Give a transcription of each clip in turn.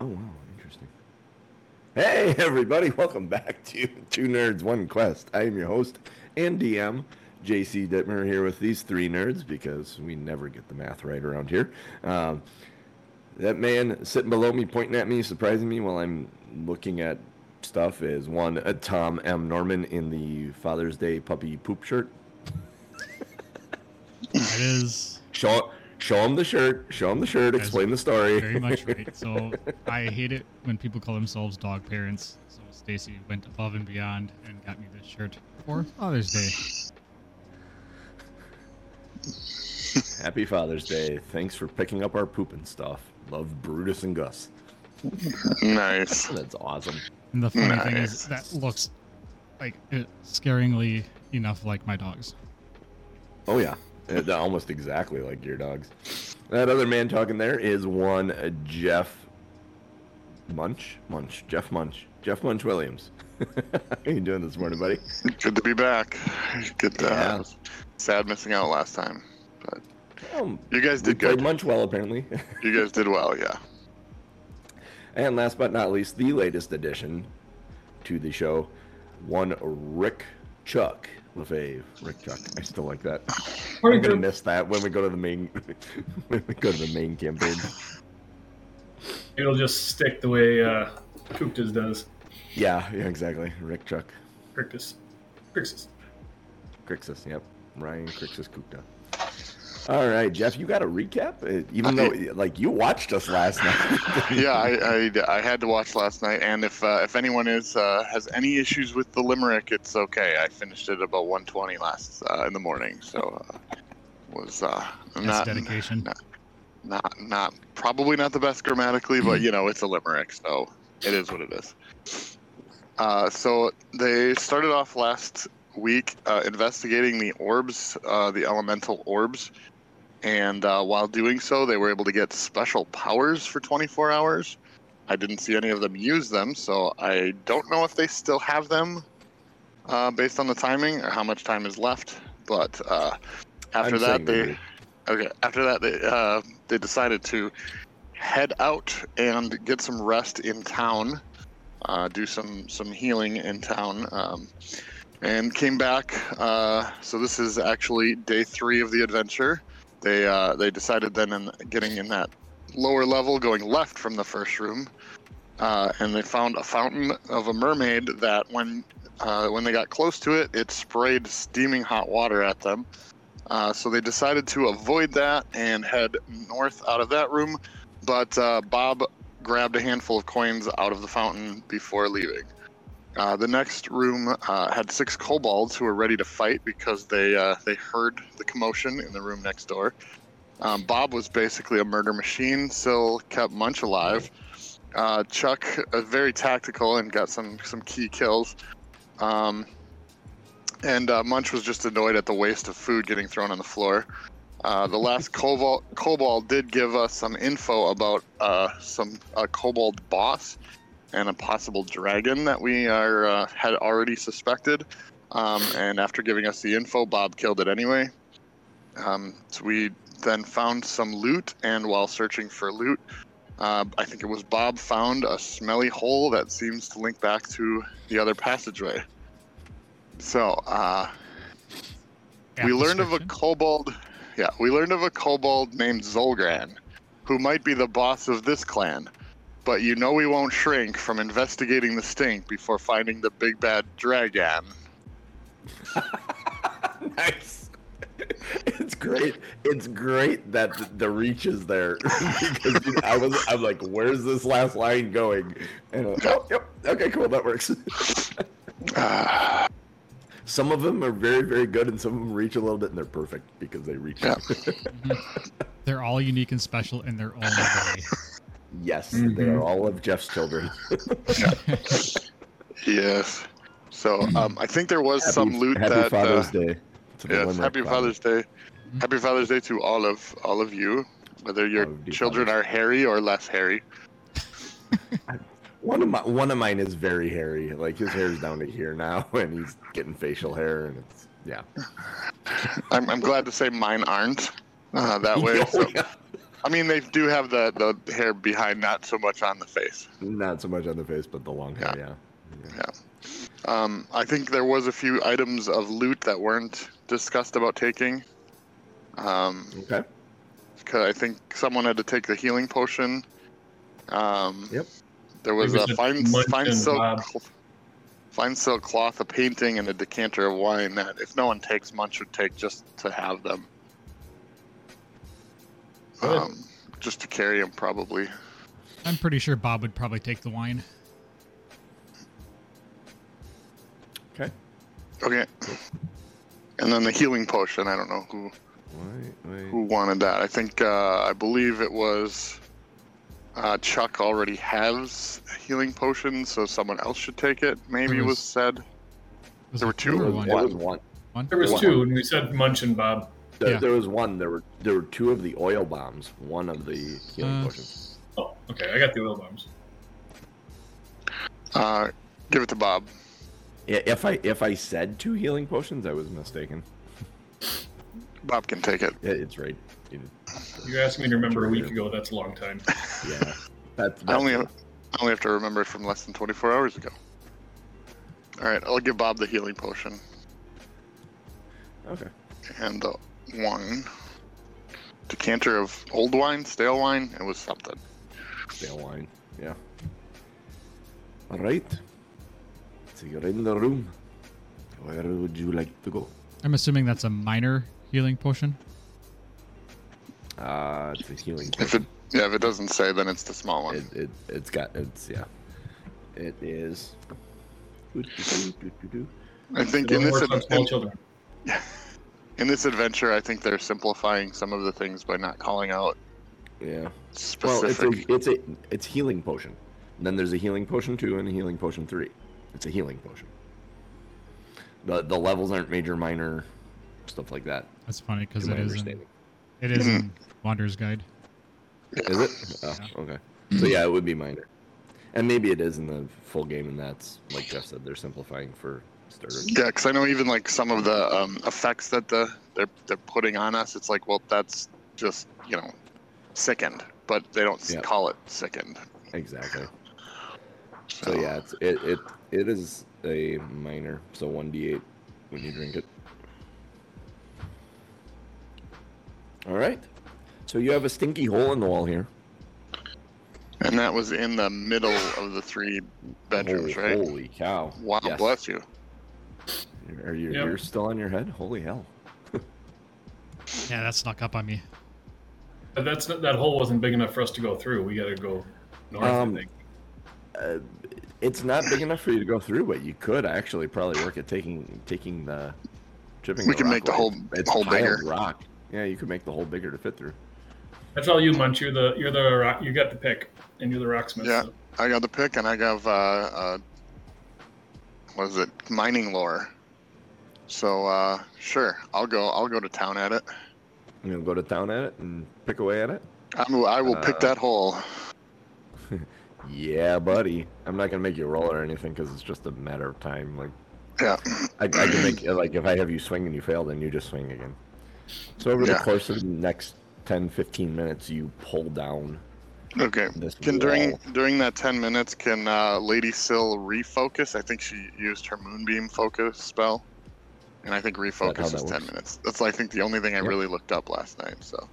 Oh wow, interesting. Hey everybody, welcome back to Two Nerds One Quest. I am your host and DM, JC Dittmer, here with these three nerds because we never get the math right around here. Um, that man sitting below me, pointing at me, surprising me while I'm looking at stuff is one uh, Tom M. Norman in the Father's Day puppy poop shirt. That is Show show him the shirt. Show him the shirt. That's Explain the story. very much right. So I hate it when people call themselves dog parents. So Stacy went above and beyond and got me this shirt for Father's Day. Happy Father's Day. Thanks for picking up our poop and stuff. Love Brutus and Gus. Nice. That's awesome. And the funny thing is that looks like it, scaringly enough like my dogs. Oh yeah, Uh, they're almost exactly like your dogs. That other man talking there is one uh, Jeff Munch, Munch, Jeff Munch, Jeff Munch Williams. How you doing this morning, buddy? Good to be back. Good. Uh, Yeah. Sad missing out last time, but Um, you guys we did played good. Munch well, apparently. You guys did well. Yeah. and last but not least, the latest addition to the show, one Rick Chuck Lefave. Rick Chuck. I still like that. I'm gonna miss that when we go to the main when we go to the main campaign. It'll just stick the way uh, Kuktas does. Yeah, yeah, exactly. Rick Chuck. Krixus. Krixus. Crixus, yep. Ryan Crixus Gupta. All right, Jeff, you got a recap? Uh, Even though, like, you watched us last night. Yeah. I, I, I had to watch last night, and if uh, if anyone is uh, has any issues with the limerick, it's okay. I finished it about 1:20 last uh, in the morning, so uh, was uh, That's not dedication. not- not not probably not the best grammatically, but you know it's a limerick, so it is what it is. Uh, so they started off last week uh, investigating the orbs, uh, the elemental orbs, and uh, while doing so, they were able to get special powers for 24 hours. I didn't see any of them use them, so I don't know if they still have them uh, based on the timing or how much time is left. But uh, after I'm that, saying they. we do. Okay. After that, they uh, they decided to head out and get some rest in town, uh, do some some healing in town, um, and came back. Uh, so this is actually day three of the adventure. They uh, they decided then in getting in that lower level, going left from the first room, uh, and they found a fountain of a mermaid that when uh, when they got close to it, it sprayed steaming hot water at them. Uh, so they decided to avoid that and head north out of that room. But uh, Bob grabbed a handful of coins out of the fountain before leaving. Uh, the next room uh, had six kobolds who were ready to fight because they uh, they heard the commotion in the room next door. Um, Bob was basically a murder machine, still kept Munch alive. Uh, Chuck, uh, very tactical and got some some key kills. Um, and uh, Munch was just annoyed at the waste of food getting thrown on the floor. Uh, the last Cobalt, Cobalt did give us some info about uh, some uh, Cobalt boss and a possible dragon that we are uh, had already suspected. Um, and after giving us the info, Bob killed it anyway. Um, so we then found some loot, and while searching for loot, uh, I think it was Bob found a smelly hole that seems to link back to the other passageway. So uh, we App learned of a description. kobold. Yeah, we learned of a kobold named Zolgran, who might be the boss of this clan. But you know we won't shrink from investigating the stink before finding the big bad dragon. nice. It's great. It's great that th- the reach is there because dude, I was. I'm like, where's this last line going? And I'm like, oh, yep. Okay, cool. That works. Ah, Some of them are very, very good, and some of them reach a little bit, and they're perfect because they reach. Yeah. Mm-hmm. They're all unique and special in their own way. yes, they are all of Jeff's children. yes. So um, I think there was some Happy- loot happy that. Father's uh, Day. to the Yes, Limerick happy Father. Father's Day. Happy Father's Day to all of all of you, whether your All of you children are hairy or less hairy. One of my one of mine is very hairy. Like his hair's down to here now, and he's getting facial hair, and it's yeah. I'm, I'm glad to say mine aren't. Uh, that way, so yeah. I mean, they do have the, the hair behind, not so much on the face. Not so much on the face, but the long hair. Yeah. Um, I think there was a few items of loot that weren't discussed about taking. Um, Okay. 'cause I think someone had to take the healing potion. Um, Yep. There was Maybe a we should fine munch fine and silk rob. cl- fine silk cloth, a painting, and a decanter of wine. That if no one takes, Munch would take just to have them. Good. Um, just to carry them, probably. I'm pretty sure Bob would probably take the wine. Okay. Okay. And then the healing potion. I don't know who Wait, wait. who wanted that. I think uh, I believe it was uh, Chuck already has a healing potion, so someone else should take it. Maybe There was- was, said. Was There it were two or There was, one? there was one. One? There was Wow. two, and we said Munch and Bob. There, Yeah. there was one. There were there were two of the oil bombs. One of the healing Uh, potions. Oh, okay. I got the oil bombs. Uh, give it to Bob. Yeah, if I if I said two healing potions, I was mistaken. Bob can take it. Yeah, it's right. It- You asked me to remember a week ago. That's a long time. yeah, that's, that's I only have, I only have to remember it from less than 24 hours ago. All right, I'll give Bob the healing potion okay. and the wine. Decanter of old wine, stale wine. It was something. Stale wine. Yeah. All right. So you're in the room. Where would you like to go? I'm assuming that's a minor healing potion. Uh, it's a healing. If it potion. yeah, if it doesn't say, then it's the small one. It, it it's got it's yeah. It is. Doo-doo-doo-doo-doo-doo. I think Don't in this work on ad- small children. in this adventure, I think they're simplifying some of the things by not calling out Yeah. Well, it's a, specific. it's a it's healing potion. And then there's a healing potion two and a healing potion three. It's a healing potion. The the levels aren't major, minor, stuff like that. That's funny because To my it is. In, understanding, it is Hmm. in Wanderer's Guide. is it? Oh, Yeah. okay. So yeah, it would be minor, and maybe it is in the full game, and that's like Jeff said, they're simplifying for starters. yeah, because I know even like some of the um, effects that the they're they're putting on us. It's like, well, that's just you know, sickened, but they don't s Yeah. call it sickened. Exactly. So Oh. yeah, it's, it it it is a minor. So one d eight when you drink it. All right. So you have a stinky hole in the wall here. And that was in the middle of the three holy, bedrooms, right? Holy cow! Wow, Yes. bless you. Are you Yep. you're still on your head? Holy hell! Yeah, that snuck up on me. But that's not, that hole wasn't big enough for us to go through. We got to go north. Um, I think. It's not big enough for you to go through, but you could actually probably work at taking taking the chipping. We the can rock make the away. hole- it's hole piled bigger. Rock. Yeah, you could make the hole bigger to fit through. That's all you, Munch. You're the you're the rock, you got the pick, and you're the rocksmith. Yeah. so- I got the pick, and I got uh, uh, what is it? Mining lore. So uh, sure, I'll go. I'll go to town at it. You know, go to town at it and pick away at it. I'm, I will pick Uh, that hole. Yeah, buddy. I'm not gonna make you roll or anything because it's just a matter of time. Like Yeah. I, I can make like if I have you swing and you fail, then you just swing again. So over the Yeah. course of the next 10, 15 minutes, you pull down Okay. this Can during wall. during that ten minutes, can uh, Lady Sill refocus? I think she used her moonbeam focus spell, and I think refocus that is ten works? minutes. That's I think the only thing I Yep. really looked up last night. So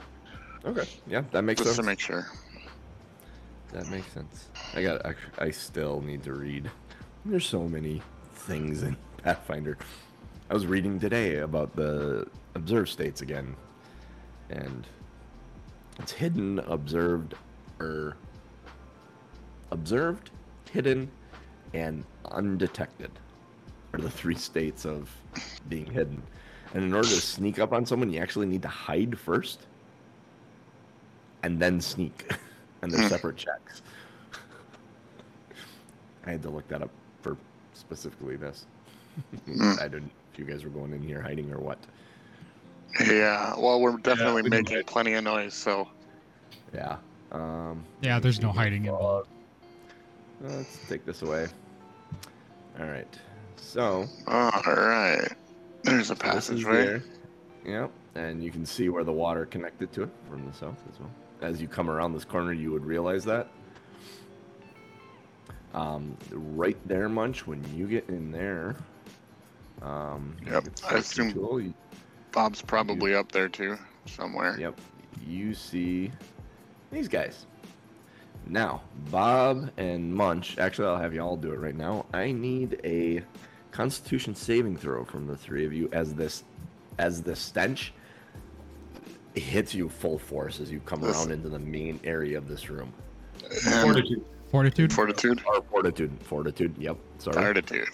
Okay, yeah, that makes just to sense. make sure. That makes sense. I got. I, I still need to read. There's so many things in Pathfinder. I was reading today about the observed states again, and it's hidden, observed, or observed, hidden, and undetected are the three states of being hidden. And in order to sneak up on someone, you actually need to hide first, and then sneak, and they're Hmm. separate checks. I had to look that up for specifically this. I didn't. If you guys were going in here hiding or what? Yeah. Well, we're definitely we didn't making plenty of noise. So Yeah. Um, Yeah, there's no hiding involved. let's take this away. All right. So all right. There's So this a is passageway. there. Yep, and you can see where the water connected to it from the south as well. As you come around this corner, you would realize that. Um, right there, Munch. When you get in there, um, Yep, it's I assume- cool. You- Bob's probably up there too, somewhere. Yep. You see these guys. Now, Bob and Munch. Actually, I'll have you all do it right now. I need a Constitution saving throw from the three of you as this, as the stench hits you full force as you come Listen. around into the main area of this room. And Fortitude. Fortitude. fortitude. Or fortitude, fortitude. Yep. Sorry. Fortitude.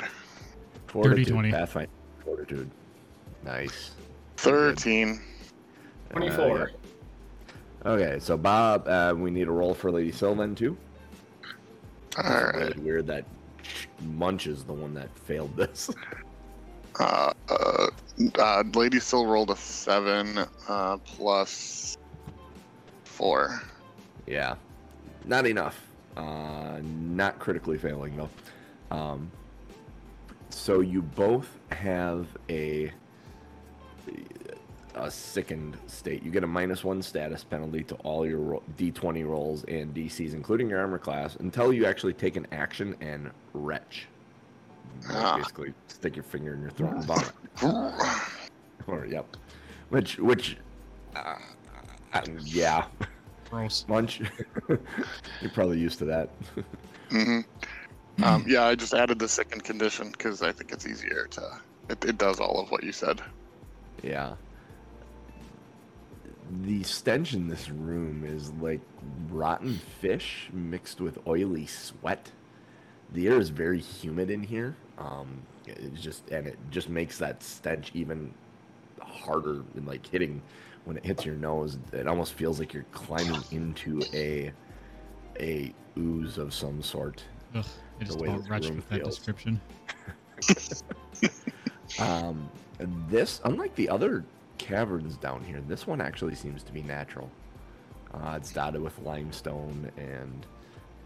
Fortitude. 20. Pathfinder. Fortitude. Nice. 13. Uh, 24. Okay, so Bob, uh, we need a roll for Lady Sylvan too. All right. Weird that Munch is the one that failed this. Uh, uh, uh, Lady still rolled a 7 uh, plus 4. yeah, not enough. Uh, not critically failing though. Um, so you both have a a sickened state. You get a minus one status penalty to all your ro- d20 rolls and DCs, including your armor class, until you actually take an action and retch. Like, Ah. Basically, stick your finger in your throat and vomit. I Or yep, which which, uh, uh, yeah, Gross. munch. You're probably used to that. hmm Um, yeah, I just added the second condition because I think it's easier to. It, it does all of what you said. yeah. The stench in this room is like rotten fish mixed with oily sweat. The air is very humid in here. Um, it's just and it just makes that stench even harder and like hitting when it hits your nose. It almost feels like you're climbing into a a ooze of some sort. Ugh, I just way felt this wretched room with that feels. description. Um, this, unlike the other caverns down here, this one actually seems to be natural. Uh, it's dotted with limestone, and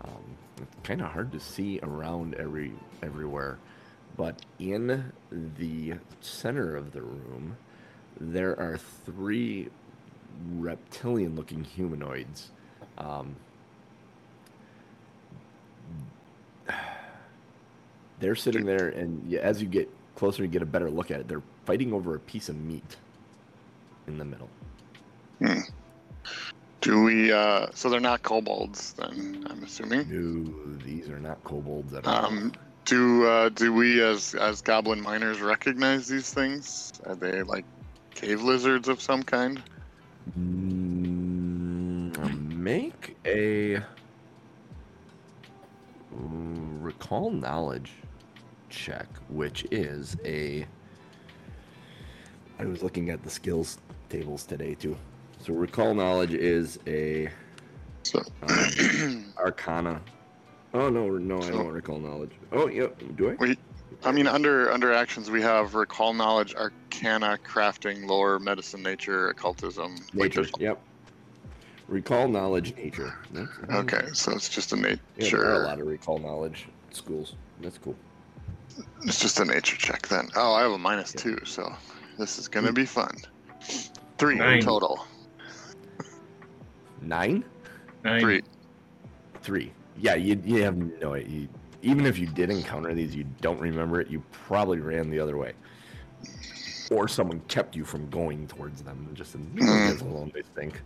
um, it's kind of hard to see around every everywhere. But in the center of the room, there are three reptilian-looking humanoids. Um, they're sitting there, and yeah, as you get closer, you get a better look at it. They're fighting over a piece of meat in the middle. Do we? Uh, so they're not kobolds, then I'm assuming. No, these are not kobolds at all. Um, do uh, do we as as goblin miners recognize these things? Are they like cave lizards of some kind? Mm, Make a Mm, recall knowledge check, which is a. I was looking at the skills tables today too. So recall knowledge is a So, um, arcana. Oh no, no, I don't recall knowledge. Oh yep, do I? we, I mean, under under actions we have recall knowledge, arcana, crafting, lore, medicine, nature, occultism. Like, Nature. there's- Yep. Recall knowledge, nature. That's- Mm-hmm. Okay, so it's just a Yeah, there are a nature. lot of recall knowledge schools. That's cool. It's just a nature check then. Oh, I have a minus Yeah. Hmm. two, so this is gonna be fun. Three Nine. total. Nine, Nine. Three. three. Yeah, you you have no. You, even if you did encounter these, you don't remember it. You probably ran the other way, or someone kept you from going towards them. Just in Mm. gives alone, they think.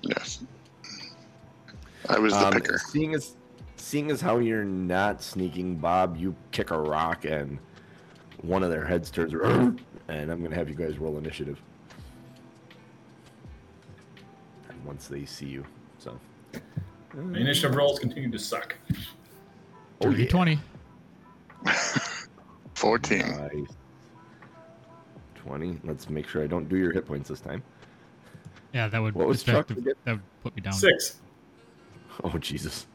Yes. I was the Um, picker. Seeing as seeing as how you're not sneaking, Bob, you kick a rock and one of their heads turns around, and I'm gonna have you guys roll initiative. And once they see you, so My initiative rolls continue to suck. Oh, Dirty yeah. 20. 14. Nice. Twenty. Let's make sure I don't do your hit points this time. Yeah, that would What was that, Chuck would- again? that would put me down. Six. Oh Jesus.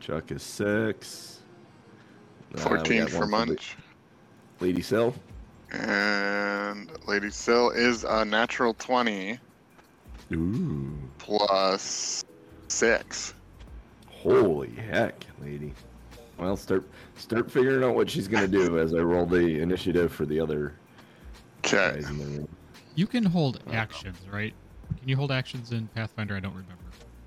Chuck is six. Uh, we 14 got for one La- Munch. Lady Sill. And Lady Sill is a natural 20 Ooh. plus 6. Holy heck, lady. Well, start start figuring out what she's gonna do as I roll the initiative for the other Okay. guys in the room. You can hold Oh, actions, right? Can you hold actions in Pathfinder? I don't remember.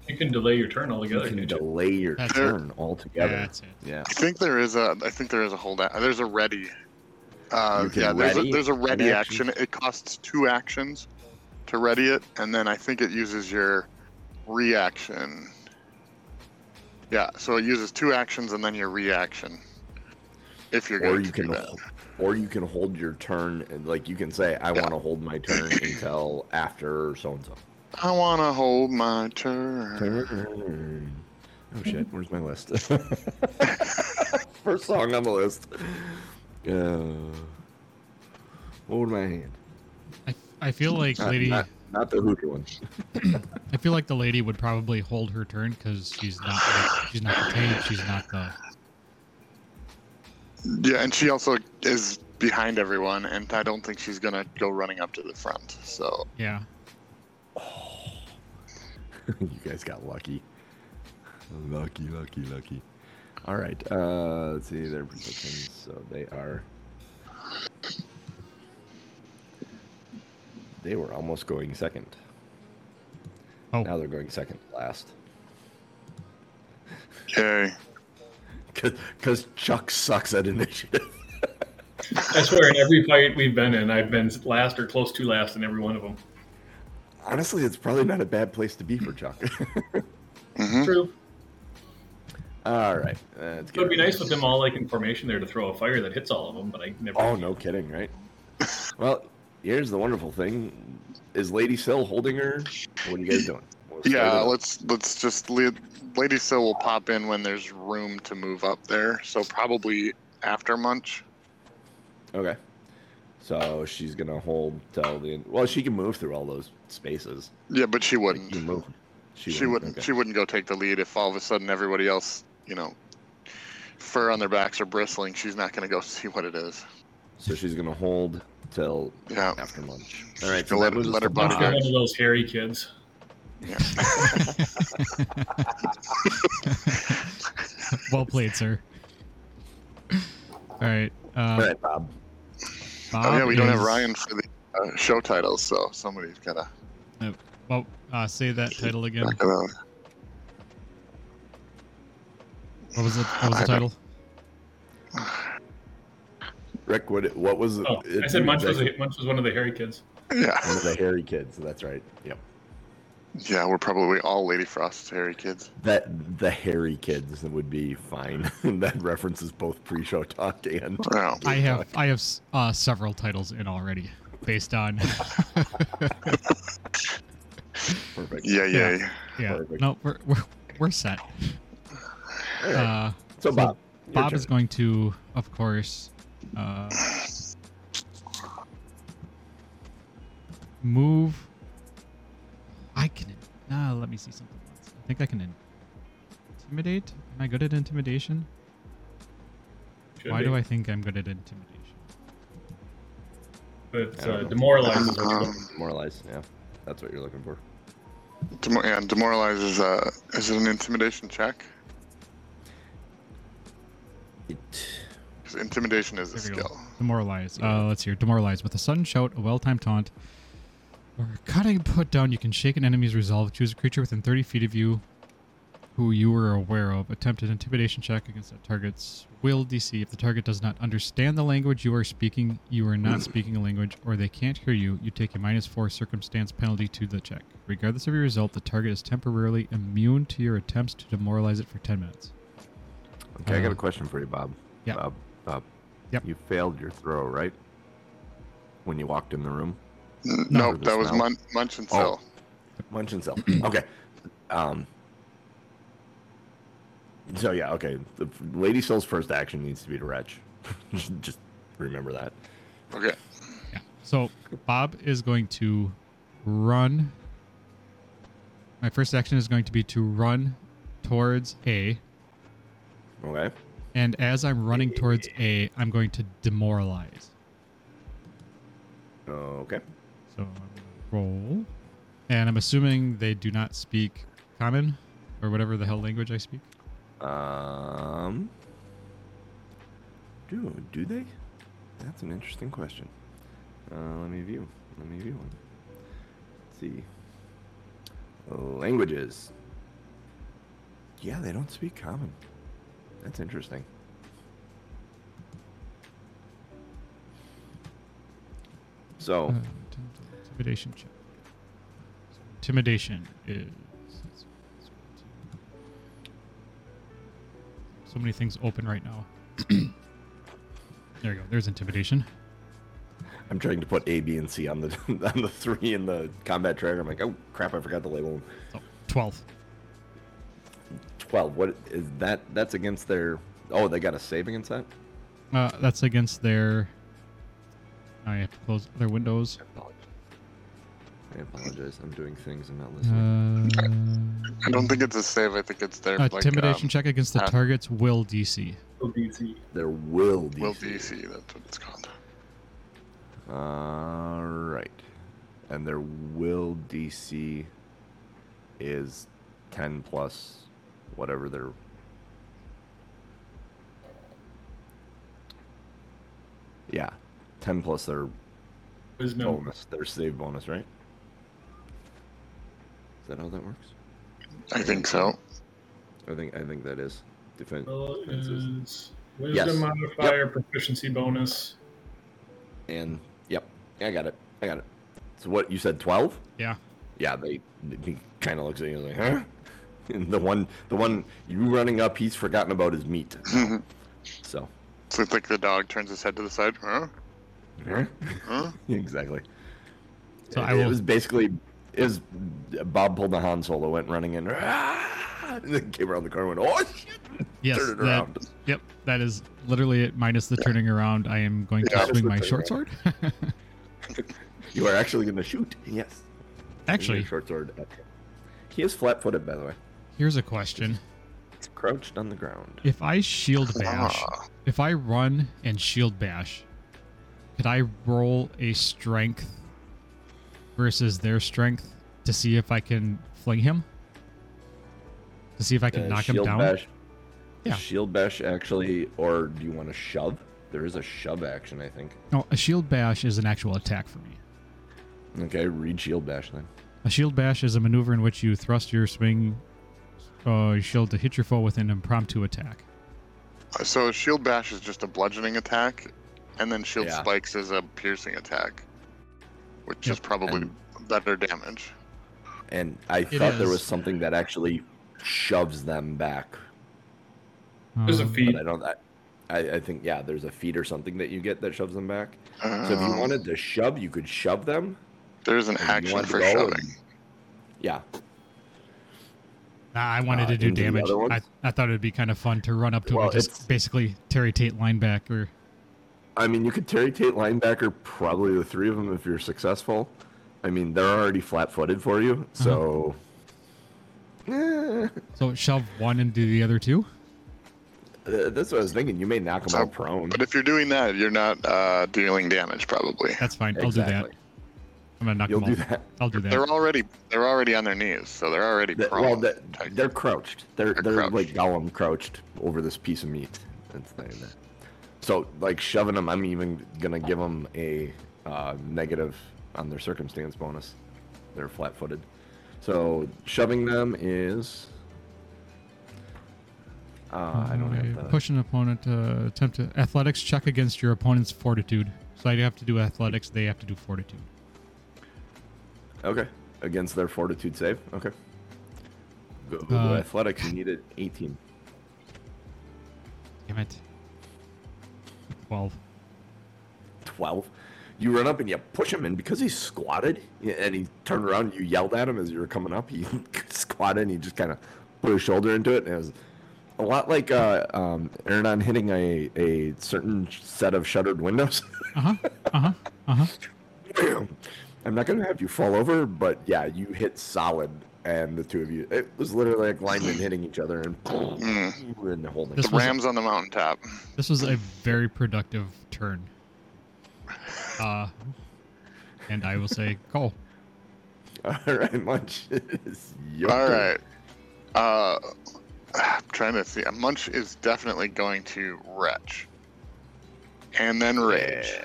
You can delay your turn You altogether. can can't you? delay your That's- turn altogether. Yeah, that's it. Yeah. I think there is a. I think there is a holdout. There's a ready. Uh, You can yeah, there's a, ready there's a an ready action. action. It costs two actions to ready it, and then I think it uses your reaction. Yeah, so it uses two actions and then your reaction. If you're Or going you to do can, that, hol- or you can hold your turn, and like you can say, "I Yeah. want to hold my turn until after so and so." I want to hold my turn. Turn. Oh shit, where's my list? First song on the list. Uh, what would my hand? I, I feel like Not, lady. not, not the hooker one. I feel like the lady would probably hold her turn because she's not. Like, she's not contained. She's not the. Yeah, and she also is behind everyone, and I don't think she's gonna go running up to the front. So Yeah. you guys got lucky. Lucky, lucky, lucky. All right. Uh, let's see their positions. So they are. They were almost going second. Oh. Now they're going second last. okay. Because Chuck sucks at initiative. I swear, in every fight we've been in, I've been last or close to last in every one of them. Honestly, it's probably not a bad place to be for Chuck. hmm True. all right. Uh, let's It would be rid of nice with them all like in formation there to throw a fire that hits all of them, but I never. Oh, no kidding, right? well, here's the wonderful thing. Is Lady Sill holding her? What are you guys doing? We'll start Yeah, it up. let's let's just lead. Lady Sill will pop in when there's room to move up there. So probably after munch. Okay. So she's gonna hold till the end. Well, she can move through all those spaces. Yeah, but she Like, wouldn't. you move. She, wouldn't. She wouldn't go take the lead if all of a sudden everybody else, you know, fur on their backs are bristling. She's not going to go see what it is. So she's gonna hold till Yeah. after lunch. All right. She's So that gonna let- moves us let her to body Must be Bob. one of those hairy kids. well played, sir. All right. Uh, All right, Oh, Bob. Bob oh yeah, we don't have is- Ryan for the uh, show titles, so somebody's got to. Well, uh, say that title again. uh, What was it? What was the title? Rick, what what was Oh, it- I said Munch was, one a, Munch was one of the hairy kids. yeah, of the hairy kids. That's right. Yep. yeah, we're probably all Lady Frost's hairy kids. That the hairy kids would be fine. that references both pre-show talk and Wow. I have I have s- uh, several titles in already, based on perfect. uh, Yeah, yeah. yeah. yeah. Perfect. No, we're we're, we're set. All right. Uh, so so Bob, your Bob turn. is going to, of course, uh, move. I can. Nah, let me see something else. I think I can intimidate. Am I good at intimidation? Should Why be. do I think I'm good at intimidation? But I don't uh, know. demoralizes what you're Um, looking Moralize. Yeah, that's what you're looking for. Demo- yeah, demoralize is a is it an intimidation check? It 'Cause intimidation is a There we go. skill. Demoralize. Uh, let's hear. Demoralize with a sudden shout, a well-timed taunt, or a cutting put down. You can shake an enemy's resolve. Choose a creature within 30 feet of you, who you are aware of. Attempt an intimidation check against that target's will DC. If the target does not understand the language you are speaking, you are not speaking a language, or they can't hear you. You take a minus four circumstance penalty to the check. Regardless of your result, the target is temporarily immune to your attempts to demoralize it for 10 minutes. Okay, I got Uh, a question for you, Bob. yeah. Bob, Bob. Yep. You failed your throw, right? When you walked in the room? N- No. No, that was No. Mun- Munch and Oh. Sill. Munch and Sell. okay. Um. So, yeah, okay. The f- Lady Soul's first action needs to be to retch. Just remember that. Okay. Yeah. So Bob is going to run. My first action is going to be to run towards A. Okay. And as I'm running towards A, I'm going to demoralize. Okay. So I'm gonna roll. And I'm assuming they do not speak common or whatever the hell language I speak. Um. Do do they? That's an interesting question. Uh, let me view. Let me view one. see. Languages. Yeah, they don't speak common. That's interesting. So, Oh. Uh, intimidation check. So intimidation is. So many things open right now. there you go. There's intimidation. I'm trying to put A, B, and C on the on the three in the combat tracker. I'm like, oh crap, I forgot to label them. Oh, 12. Twelve. What is that? That's against their. Oh, they got a save against that. Uh, that's against their. I have to close their windows. I apologize. I'm doing things. I'm not Uh, listening. I don't think it's a save. I think it's their like intimidation um, check against the uh, target's will DC. So DC. there will be. Will save. DC. That's what it's called. All right, and their will DC is ten plus whatever their. Yeah, ten plus their Wisdom. bonus, their save bonus, right? Is that how that works? I think so. I think I think that is defense. Well, it defenses. is wisdom Yes. modifier, proficiency bonus. And yep, I got it. I got it. So what you said? Twelve? Yeah. Yeah, they. He kind of looks at you like, huh? And the one, the one you running up, he's forgotten about his meat. so, So it's like the dog turns his head to the side. Huh? huh? Huh? exactly. So it, I it will- was basically it was Bob pulled the Han Solo, went running in, "Ah!" and then came around the corner, and went, oh shit! Yes. Turn it That, around. yep. That is literally it, minus the turning around. I am going to Yeah, swing it's my the short sword. turning You are actually going to shoot. Yes. Actually, short sword. at him. He is flat-footed, by the way. here's a question. He's crouched on the ground. If I shield bash, Ah. if I run and shield bash, could I roll a strength versus their strength to see if I can fling him? To see if I can Uh, knock him shield down? Bash. Yeah. Shield bash actually, or do you want to shove? There is a shove action, I think. No, a shield bash is an actual attack for me. Okay, read shield bash then. A shield bash is a maneuver in which you thrust your swing uh, your shield to hit your foe with an impromptu attack. Uh, So shield bash is just a bludgeoning attack, and then shield Yeah. spikes is a piercing attack, which is Yep. probably And- better damage. And I thought there is. was something that actually shoves them back, There's a Um, feat. but I don't. I, I, I think yeah, there's a feat or something that you get that shoves them back. So if you Um, wanted to shove, you could shove them. there's an if you action wanted to for go and- shoving. Yeah, Nah, I wanted Uh, to do into the damage. other ones? I, I thought it would be kind of fun to run up to him Well, and it's- just basically Terry Tate linebacker. I mean you could Terry Tate linebacker probably the three of them if you're successful. I mean they're already flat-footed for you, so. Mm-hmm. Eh, So shove one into the other two? Uh, That's what I was thinking. You may knock them So- out prone. But if you're doing that, you're not uh, dealing damage probably. That's fine. I'll do that. I'm going to knock You'll them do all. that. I'll do that. They're already they're already on their knees, so they're already That- prone. well, that, technically. they're crouched. They're They're they're, like Gollum crouched over this piece of meat. That's not even that. So like shoving them, I'm even gonna give them a uh, negative on their circumstance bonus. They're flat-footed, so shoving them is. Uh, I don't have Uh, the. Push an opponent to attempt to athletics check against your opponent's fortitude. So I have to do athletics, they have to do fortitude. Okay, against their fortitude save. Okay. Go, go Uh, athletics. You needed 18. Damn it. 12. 12. You run up and you push him, and because he's squatted and he turned around, you yelled at him as you were coming up. He squatted and he just kind of put his shoulder into it. And it was a lot like uh, um, Aaron hitting a, a certain set of shuttered windows. Uh huh. Uh huh. Uh huh. I'm not going to have you fall over, but yeah, you hit solid. And the two of you, it was literally like linemen hitting each other and, Mm-hmm. and holding. This hmm. the was- Rams on the mountaintop. This was a very productive turn. Uh, and I will say, call. All right, Munch. It's your All turn. right. Uh, I'm trying to see. Munch is definitely going to retch, and then rage,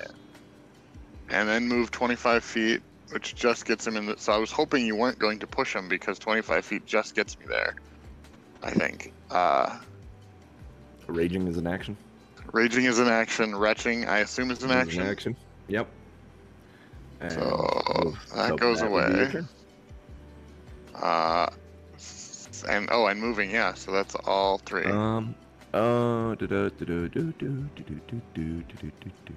and then move 25 feet, which just gets him in. The, so I was hoping you weren't going to push him because 25 feet just gets me there. I think. Uh, Raging is an action. raging is an action. Retching, I assume, is an Is action. Yep. And So, that goes would be your away. turn. Uh, s- and oh, and moving. Yeah. So that's all three. Um. Uh, du-du, du-du, du-du, du-du, du-du, du-du, du-du.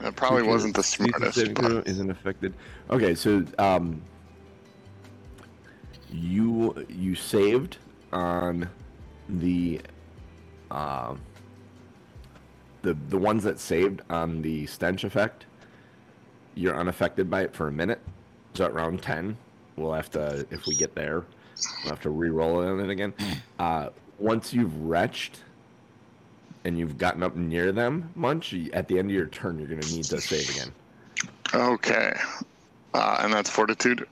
that probably Creature- wasn't the Constitution smartest. saving But, throw isn't affected. Okay, so um, you you saved on the uh, the the ones that saved on the stench effect. You're unaffected by it for a minute. So at round ten, we'll have to if we get there, we'll have to re-roll it on it again. Uh, once you've retched and you've gotten up near them, Munch, you- at the end of your turn, you're going to need to save again. okay. Uh, and that's fortitude.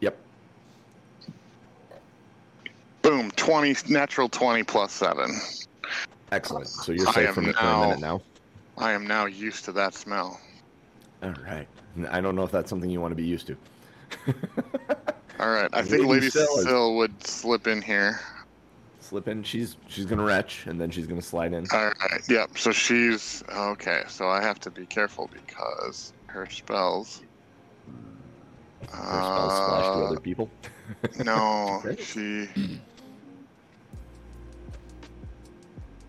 Yep. Boom. 20 natural 20 plus seven. Excellent. So you're I safe am from it for a now- minute now. I am now used to that smell. All right. N- I don't know if that's something you want to be used to. All right. I Lady think Lady Stella. Still would slip in here. Slip in. She's she's gonna retch, and then she's gonna slide in. All right. Yep. So she's okay. So I have to be careful because her spells. Her spells splash to Uh, other people. No, Okay. she.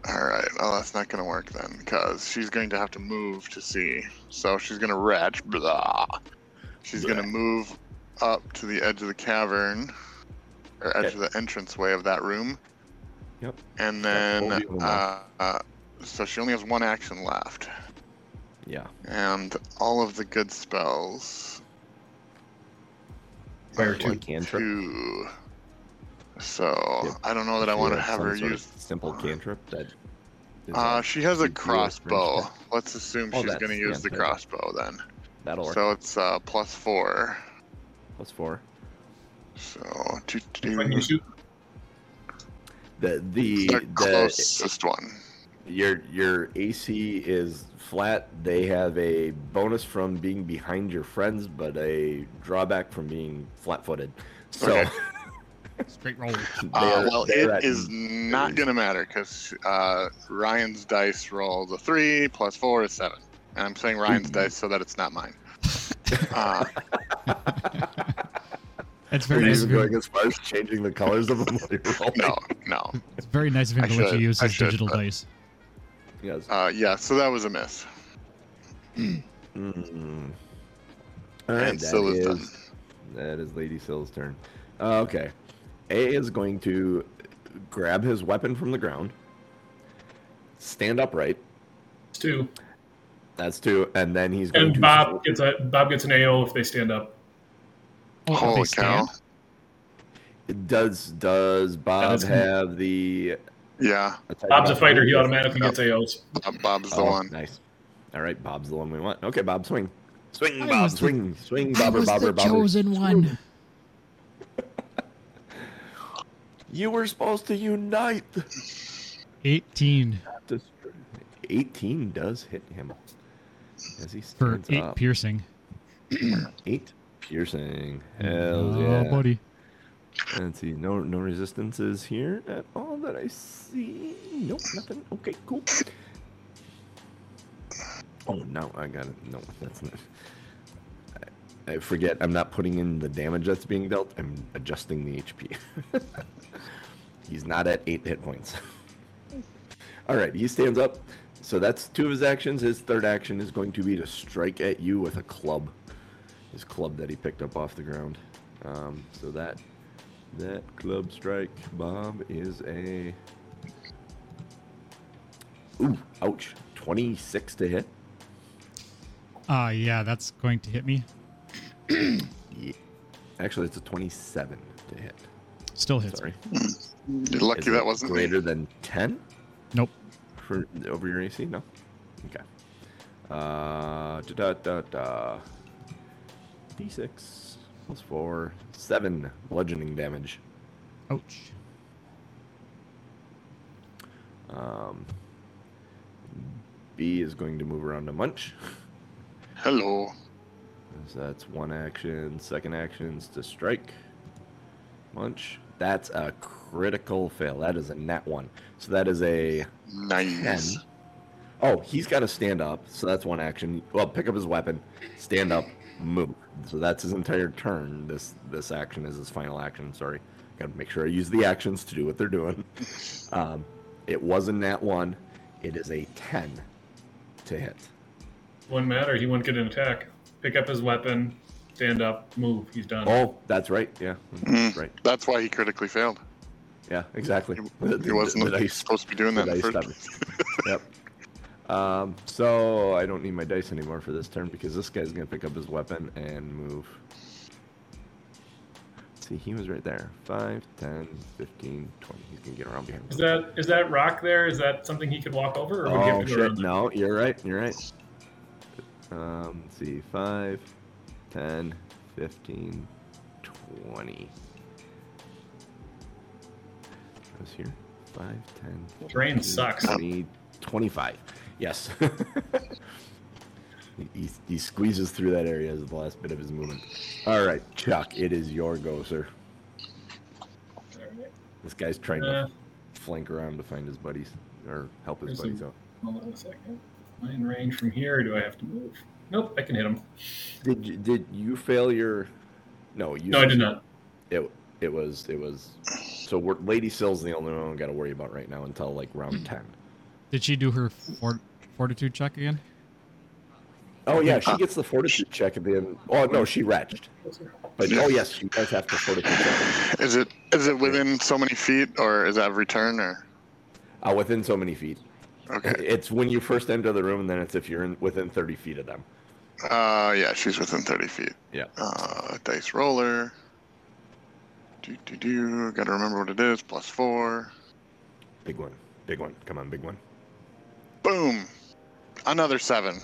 All right. Oh, that's not going to work then, because she's going to have to move to see. So she's going to retch. Blah. She's going to move up to the edge of the cavern, or edge of the entranceway of that room. Yep. And Yeah, we'll then, be able to uh, walk. uh, so she only has one action left, Yeah. and all of the good spells. Fire are two. like Cantrip. two. So Yeah, I don't know that I want to Yeah, have some her sort of use simple cantrip. That. is, Uh, she has a you do it, crossbow. right? Let's assume Oh, she's that's- going to use yeah, the that- crossbow then. that'll work. So it's uh, plus four. Plus four. So two, two, When you shoot, The the, the the closest one. Your your AC is flat. They have a bonus from being behind your friends, but a drawback from being flat-footed. So Okay. Straight roll. Uh, they're- well, they're it at- is not going to matter because uh, Ryan's dice rolled a three plus four is seven, and I'm saying Hmm. Ryan's dice so that it's not mine. Uh, That's Are very you nice even of going him. as far as changing the colors of them. while you're rolling? no, no. It's very nice of him I to let should- you use I his should, digital but- dice. Yes. Uh, yeah, so that was a miss. Mm. All right. and that still is is- That is Lady Sill's turn. Uh, okay. A is going to grab his weapon from the ground, stand upright. it's two. That's two, and then he's going And to. Bob gets a Bob gets an AO if they stand up. Oh, if Holy they stand, cow. Does does Bob is- have the? Yeah, attack Bob's a option? fighter; he automatically gets AOs. Bob- Bob's the Oh, one. Nice. All right, Bob's the one we want. Okay, Bob, swing, swing, I Bob, was the- swing, swing, Bobber, Bobber, Bobber. one. You were supposed to unite. 18 Eighteen does hit him. As he for stands eight up. piercing. Eight piercing. Hell oh, yeah. buddy. Let's see. No, no resistances here at all that I see. Nope, nothing. Okay, cool. Oh no, I got it. No, that's not. I, I forget. I'm not putting in the damage that's being dealt. I'm adjusting the HP. He's not at eight hit points. all right, he stands up. So that's two of his actions. His third action is going to be to strike at you with a club. His club that he picked up off the ground. Um, so that that club strike bomb is a. Ooh, ouch. 26 to hit. Uh, yeah, that's going to hit me. Yeah. Actually, it's a 27 to hit. Still hits. Sorry. me. You're lucky Is it that wasn't me. greater than 10 Nope. for over your AC? No? Okay. Uh, da da da da. D6 plus 4. 7 bludgeoning damage. Ouch. Um, B is going to move around to Munch. Hello. So that's one action. Second action's to strike. Munch. That's a critical fail. That is a net one. So that is a Nice. Ten. Oh, he's got to stand up. So that's one action. Well, pick up his weapon, stand up, move. So that's his entire turn. This this action is his final action. Sorry, gotta make sure I use the actions to do what they're doing. Um, it wasn't that one. It is a ten to hit. Wouldn't matter. He wouldn't get an attack. Pick up his weapon, stand up, move. He's done. Oh, that's right. Yeah, Mm. right. That's why he critically failed. Yeah, exactly. He wasn't The dice- supposed to be doing that the in the dice first. yep. Um, so I don't need my dice anymore for this turn because this guy's gonna pick up his weapon and move. See, he was right there. 5, 10, 15, 20. He's gonna get around behind me. Is that is that rock there? Is that something he could walk over, or would he oh, have to go shit. around? No, you're right. You're right. Um, let's see. 5, 10, 15, 20. I was here. 5, 10, Terrain sucks. 20, 25. Yes. He- he, he squeezes through that area as the last bit of his movement. All right, Chuck, it is your go, sir. This guy's trying Uh, to flank around to find his buddies or help his There's buddies some- out. Hold on a second. Am I in range from here, or do I have to move? Nope, I can hit him. Did you, did you fail your? No, you. No, I did not. It it was it was. So we're, Lady Sill's the only one we got to worry about right now until like Hmm. round ten. Did she do her fort- fortitude check again? Oh yeah, Uh, she gets the fortitude check at the end. Oh no, she retched. But oh yes, you guys have to fortitude check Is it is it within so many feet or is that every turn or uh, within so many feet. okay? It's when you first enter the room, and then it's if you're in, within thirty feet of them. Uh yeah, she's within thirty feet. Yeah. Uh, dice roller. Do do do. Got to remember what it is. Plus four. Big one, big one. Come on, big one. Boom. Another seven.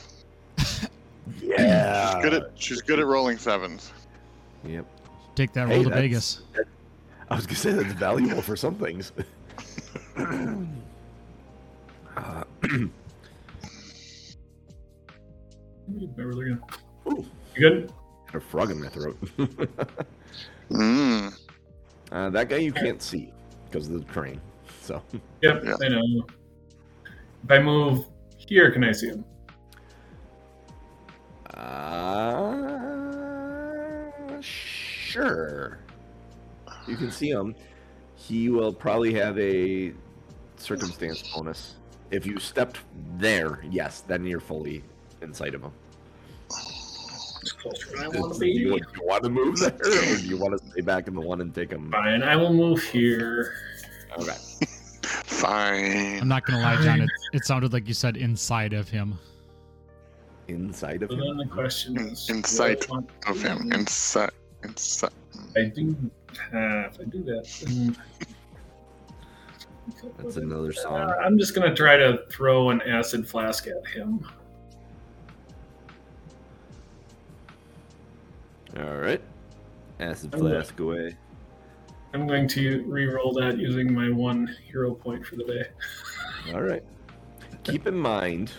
Yeah. Good at she's good at rolling sevens. Yep. Take that Hey, roll to that's- Vegas. I was gonna say that's valuable for some things. uh, Where was I going? ooh, You good? got a frog in my throat. Mm. uh, that guy you can't see because of the crane. So Yep, Yeah. I know. If I move here, can I see him? Uh, sure. You can see him. He will probably have a circumstance bonus. If you stepped there, yes, then you're fully inside of him. It's closer than I want to Do you, be. do you want to move there, or do you want to stay back in the one and take him? Fine, I will move here. Okay. I'm Fine. not gonna lie, John. It, it sounded like you said inside of him. Inside of So then him. the question is, do I Insight want- Of him. Inside. Inside. I do. Uh, if I do that, then... That's another song. Uh, I'm just gonna try to throw an acid flask at him. All right. Acid I'm gonna- flask away. I'm going to re-roll that using my one hero point for the day. All right. Keep in mind,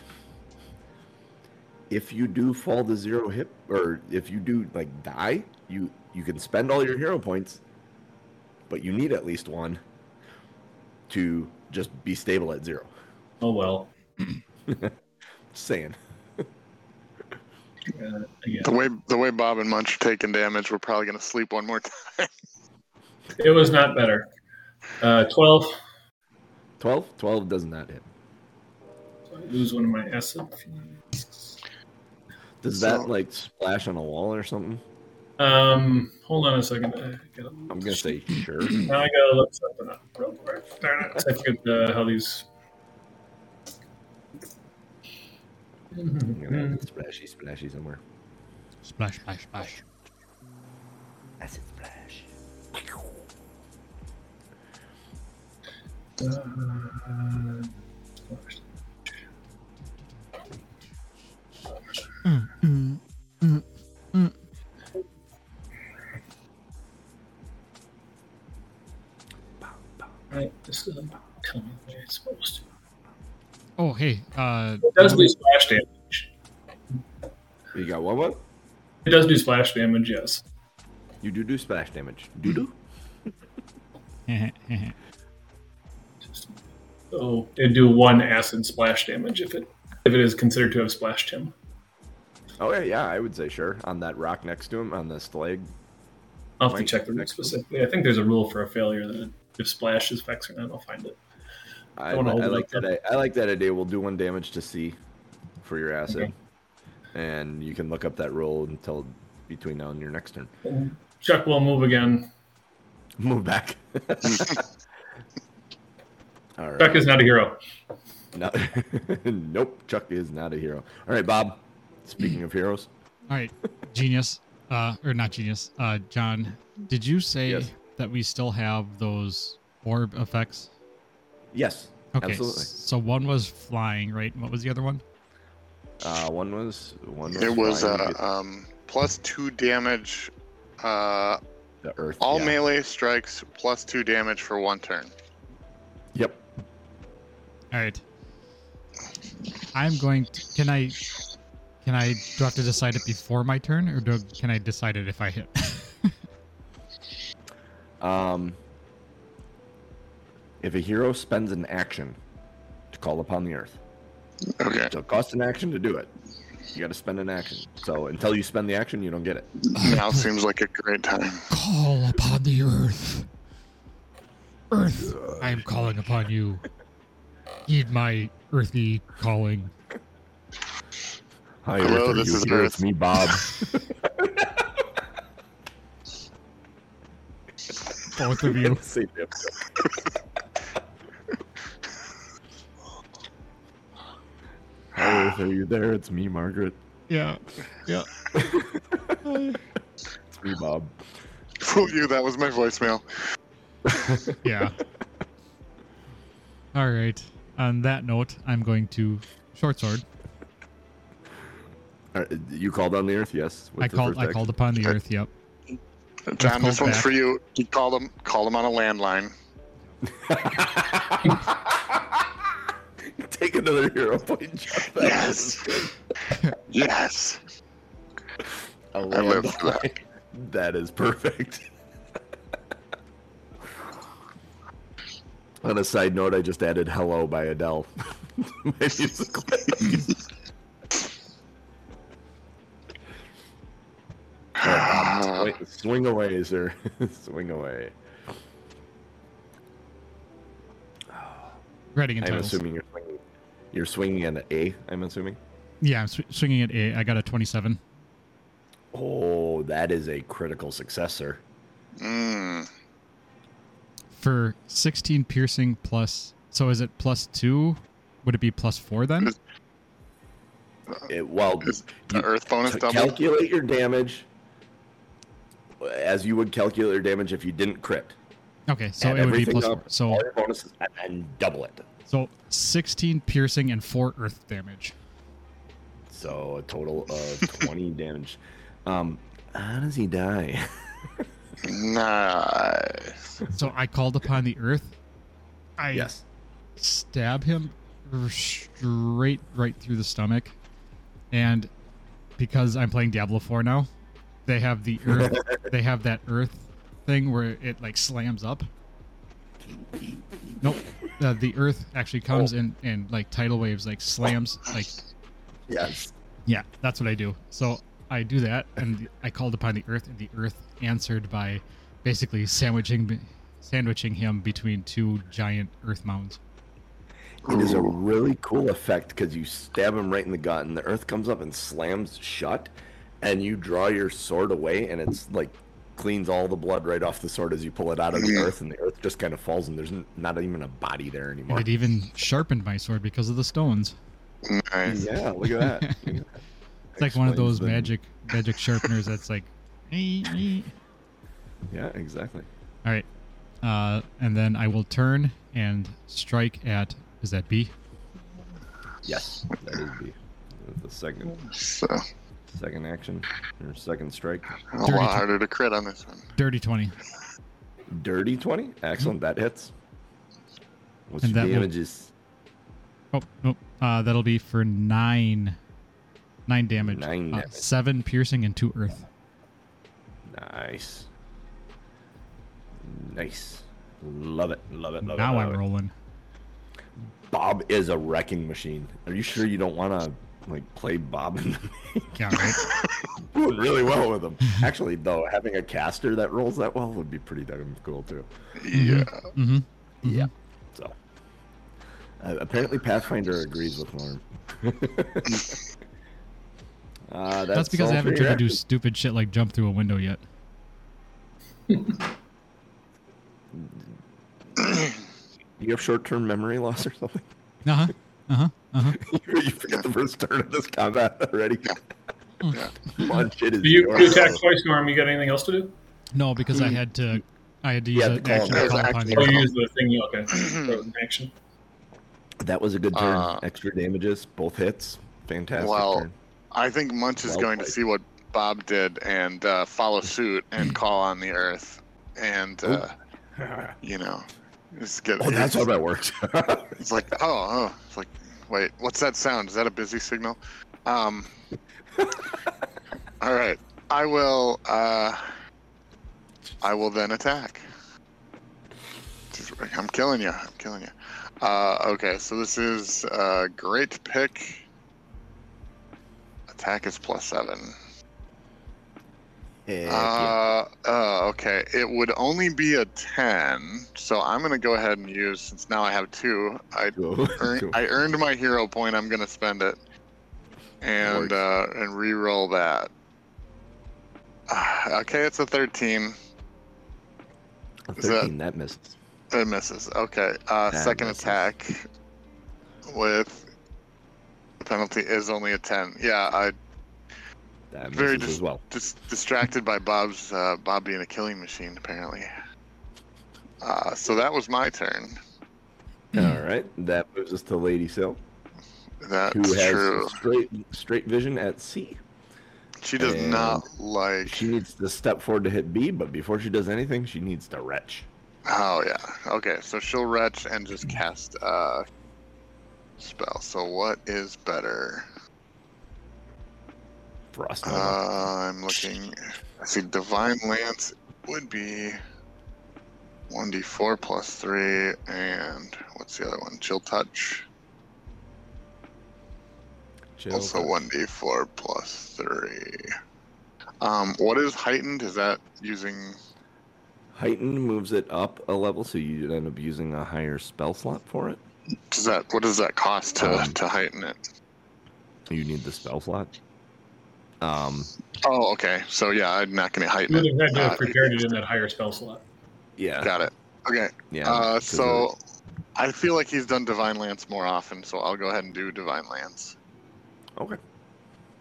if you do fall to zero hip, or if you do like die, you you can spend all your hero points, but you need at least one to just be stable at zero. Oh well. Just saying. Uh, yeah. The way the way Bob and Munch are taking damage, we're probably gonna sleep one more time. It was not better. Uh, Twelve. 12? 12 does not hit. So I lose one of my acid. Does that So- like splash on a wall or something? Um, hold on a second. I gotta, I'm gonna say sure. now I gotta look something up real quick. Darn it, I forget uh, how these. I'm Hmm. gonna have it splashy, splashy somewhere. Splash, splash, splash. Acid splash. Right, this isn't coming the way it's supposed to. Oh, hey. Uh, It does do splash damage. You got one one? It does do splash damage, yes. You do do splash damage. Do do. eh, So it'd do one acid splash damage if it if it is considered to have splashed him. Oh yeah, yeah, I would say sure on that rock next to him on this leg. I'll have to Right, check the rule next one. specifically. I think there's a rule for a failure that if splash is effects or not, I'll find it. I, I wanna hold I it like up. that. I, I like that idea. We'll do one damage to C for your acid, Okay. and you can look up that roll until between now and your next turn. Chuck will move again. Move back. All right. Chuck is not a hero. No- nope. Chuck is not a hero. All right, Bob. Speaking of heroes, All right, genius, uh, or not genius, uh, John. Did you say Yes. that we still have those orb effects? yes, Okay, absolutely. s- so one was flying, right? And What was the other one? Uh, one was one. Was It was flying. uh, um, plus two damage. Uh, the earth. all yeah. melee strikes plus two damage for one turn. Yep. All right. I'm going. To, can I? Can I? Do I have to decide it before my turn, or do, can I decide it if I hit? Um, if a hero spends an action to call upon the earth, Okay. so it costs an action to do it. You got to spend an action. So until you spend the action, you don't get it. Now seems like a great time. Call upon the earth. Earth, I am calling upon you. Heed my earthy calling. Hi, Hello, Earth, are this you is here? It's Earth. me, Bob. Both of you. Save the episode. Hi, Earth, are you there? It's me, Margaret. Yeah. Yeah. It's me, Bob. Fool you, that was my voicemail. Yeah. All right. On that note, I'm going to short sword. Uh, You called on the Earth, yes. with I the called. first I action. called upon the earth. Yep. John, call this one's back. for you. You call them, call them on a landline. Take another hero point. Jeff. That Yes. Yes. was a I live for that. landline. That is perfect. On a side note, I just added "Hello" by Adele. to my musical playlist. Ah, Wait, swing away, sir. swing away. Writing in I'm titles. assuming you're swinging. You're swinging an A. I'm assuming. Yeah, I'm sw- swinging at a. I got a 27. Oh, that is a critical successor. mm, for 16 piercing plus so is it plus two would it be plus four then It's- It, well, Is the you- Earth bonus So double. calculate your damage as you would calculate your damage if you didn't crit. okay so Add it would be everything plus up, four so all your bonuses and, and double it. so 16 piercing and four earth damage So a total of twenty damage. Um, how does he die? Nice. so i called upon the earth i yes. stab him straight right through the stomach and because i'm playing diablo 4 now they have the earth they have that earth thing where it like slams up nope uh, the earth actually comes and and like tidal waves like slams like Yes. yeah that's what i do so i do that and i called upon the earth and the earth answered by basically sandwiching sandwiching him between two giant earth mounds It is a really cool effect because you stab him right in the gut, and the earth comes up and slams shut, and you draw your sword away, and it's like cleans all the blood right off the sword as you pull it out of the earth, and the earth just kind of falls, and there's n- not even a body there And anymore. it even sharpened my sword because of the stones. Nice. Yeah, look at that. Look at that. It's like one of Explains those the- magic magic sharpeners that's like, "Eh, eh." Yeah, exactly. all right. Uh, and then I will turn and strike at is that B? Yes, that is B. The second So, second action or second strike. a Dirty lot tw- harder to crit on this one. Dirty twenty. Dirty twenty. Excellent. That hits. What's And your that will- damage is Oh nope. Uh, that'll be for nine Nine damage. Nine Uh, damage. seven piercing and two earth. Nice. Nice. Love it. Love it. Love it. now love I'm it. rolling. Bob is a wrecking machine. Are you sure you don't want to like play Bob? in the- Yeah, right. Doing really well with him. Actually, though, having a caster that rolls that well would be pretty damn cool too. Yeah. mm-hmm. Yeah. So uh, apparently, Pathfinder agrees with Norm. uh, That's, because I all haven't for your tried to do actions. stupid shit like jump through a window yet. Do you have short-term memory loss or something? Uh huh. Uh huh. Uh huh. you forget the first turn of this combat already. Yeah. Munch, it is Do you, yours. you attack twice, Norm? You got anything else to do? No, because I had to. I had to use Hmm. Yeah, an the call. Oh, action to There's call an upon action Or you. you use the thing? Okay. That was an action. That was a good turn. Uh, Extra damages, both hits. Fantastic Well, turn. I think Munch is Well going to played. see what Bob did and uh, follow suit and call on the Earth, and uh, you know, just get. Oh, that's how it's, that works. it's like oh, oh, it's like wait, what's that sound? Is that a busy signal? Um. all right, I will. Uh, I will then attack. Just- I'm killing you. I'm killing you. Uh, okay, so this is uh, great pick. Attack is plus seven. Heck yeah. Uh, uh, okay. It would only be a ten, so I'm gonna go ahead and use since now I have two. I Cool. earn, Cool. I earned my hero point. I'm gonna spend it, and Works. uh, and re-roll that. Ah, Okay, it's a thirteen. A is that- 13, that misses. It misses. Okay. Uh, That second misses. attack with the penalty is only a ten. Yeah, I That misses Very dis- as well. just distracted by Bob's uh, Bob being a killing machine apparently. Uh, so that was my turn. All right. That moves us to Lady Sill, That's who has true. straight straight vision at C. She does and not like. She needs to step forward to hit B, but before she does anything, she needs to retch. Oh yeah. Okay, so she'll retch and just cast uh spell. So what is better? Frost. Uh, I'm looking. I see divine lance would be one d four plus three, and what's the other one? Chill touch. Chill. also one d four plus three. Um, what is heightened? Is that using? Heightened moves it up a level, so you'd end up using a higher spell slot for it. Does that what does that cost to Um, to heighten it? You need the spell slot. Um, Oh, okay. So yeah, I'm not gonna heighten You it. would have had to Uh, have prepared it in that higher spell slot. yeah, Got it. Okay. yeah. uh, 'cause so I feel like he's done Divine Lance more often, so I'll go ahead and do Divine Lance. it- okay,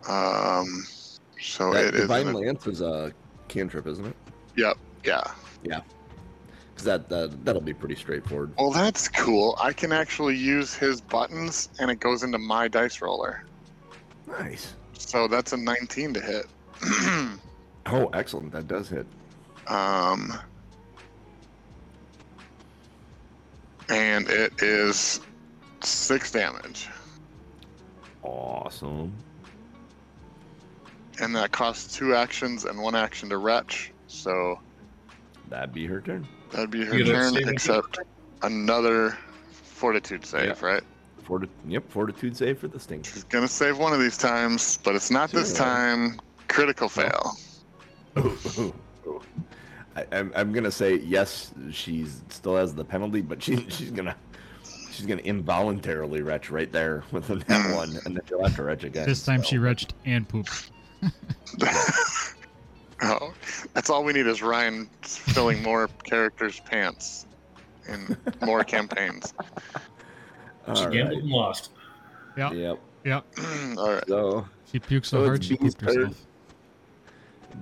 Um, so That it is. divine an- lance is a cantrip, isn't it? Yep. Yeah. Because that, that that'll be pretty straightforward. Well, that's cool. I can actually use his buttons, and it goes into my dice roller. Nice. So that's a 19 to hit. Oh, excellent. That does hit. um, and it is six damage, Awesome. and that costs two actions and one action to retch. So That'd be her turn. That'd be her You gotta turn, save it. except another fortitude save, right? Forti- yep, fortitude save for this thing. She's gonna save one of these times, but it's not this Sure. time. Critical fail. I, I'm, I'm gonna say yes. She still has the penalty, but she she's gonna she's gonna involuntarily retch right there with the net one, and then she'll have to retch again. This time so. she retched and pooped. oh, that's all we need is Ryan filling more characters' pants in more campaigns. She All gambled right. and lost. Yeah, Yep. yeah. all right. So She puked so, So hard it's she Bee's pooped herself.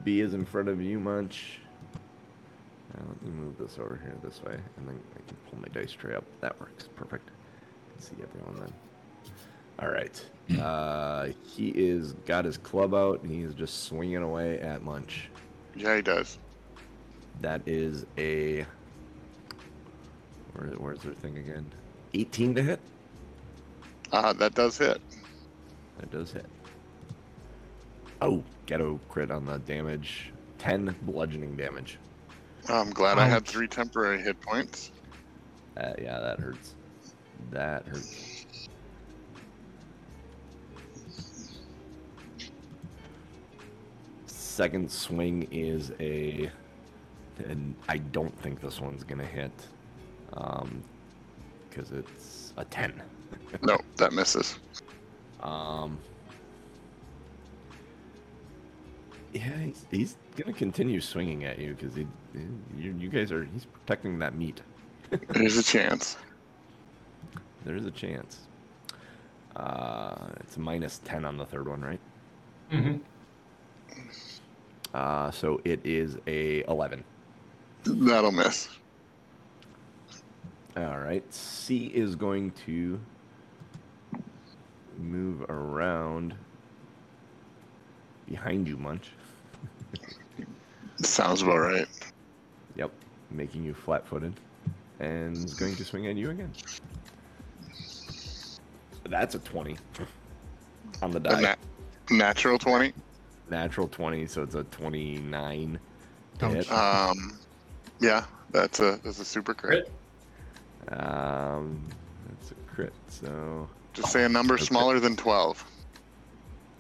B is in front of you, Munch. Now let me move this over here this way, and then I can pull my dice tray up. That works. Perfect. I can see everyone then. All right. Uh, he is got his club out, and he's just swinging away at Munch. Yeah, he does. That is a. Where, where's their thing again? 18 to hit. Uh, that does hit. That does hit. Oh, ghetto crit on the damage. 10 bludgeoning damage. I'm glad I had three temporary hit points. Uh, yeah, that hurts. That hurts. Second swing is a. And I don't think this one's going to hit. Um, because it's a 10. No, that misses. Um, yeah, he's, he's gonna continue swinging at you because he, you, you guys are. He's protecting that meat. There's a chance. There's a chance. Uh, it's minus ten on the third one, right? Mm-hmm. Uh, so it is a eleven. That'll miss. All right. C is going to move around behind you, Munch. Sounds about right. Yep, making you flat-footed, and is going to swing at you again. That's a twenty on the A die. na- natural 20. Natural twenty, so it's a twenty-nine. to Ouch. hit. Um, yeah, that's a that's a super crit. Um, that's a crit. So Just say a number Okay. smaller than 12.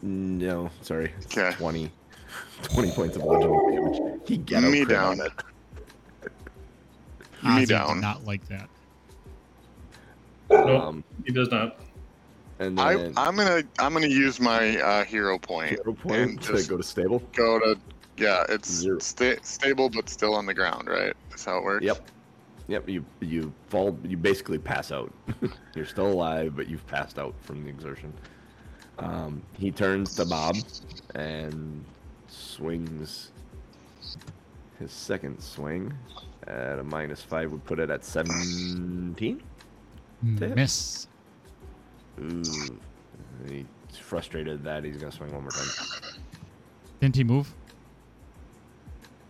no, sorry, it's Okay. twenty. Twenty points of bludgeoning damage. He ghetto Me crit down. on it. Ozzy Me did down. Not like that. Nope, Um, he does not. and I, then I'm gonna I'm gonna use my uh, hero point. zero point and to just- go to stable. Go to yeah, it's Zero. sta- stable but still on the ground, right? That's how it works. Yep. Yep, you you fall you basically pass out. You're still alive, but you've passed out from the exertion. Um, he turns to Bob and swings his second swing at a minus five would put it at seventeen. Damn. Miss. Ooh. He's frustrated that he's gonna swing one more time. Didn't he move?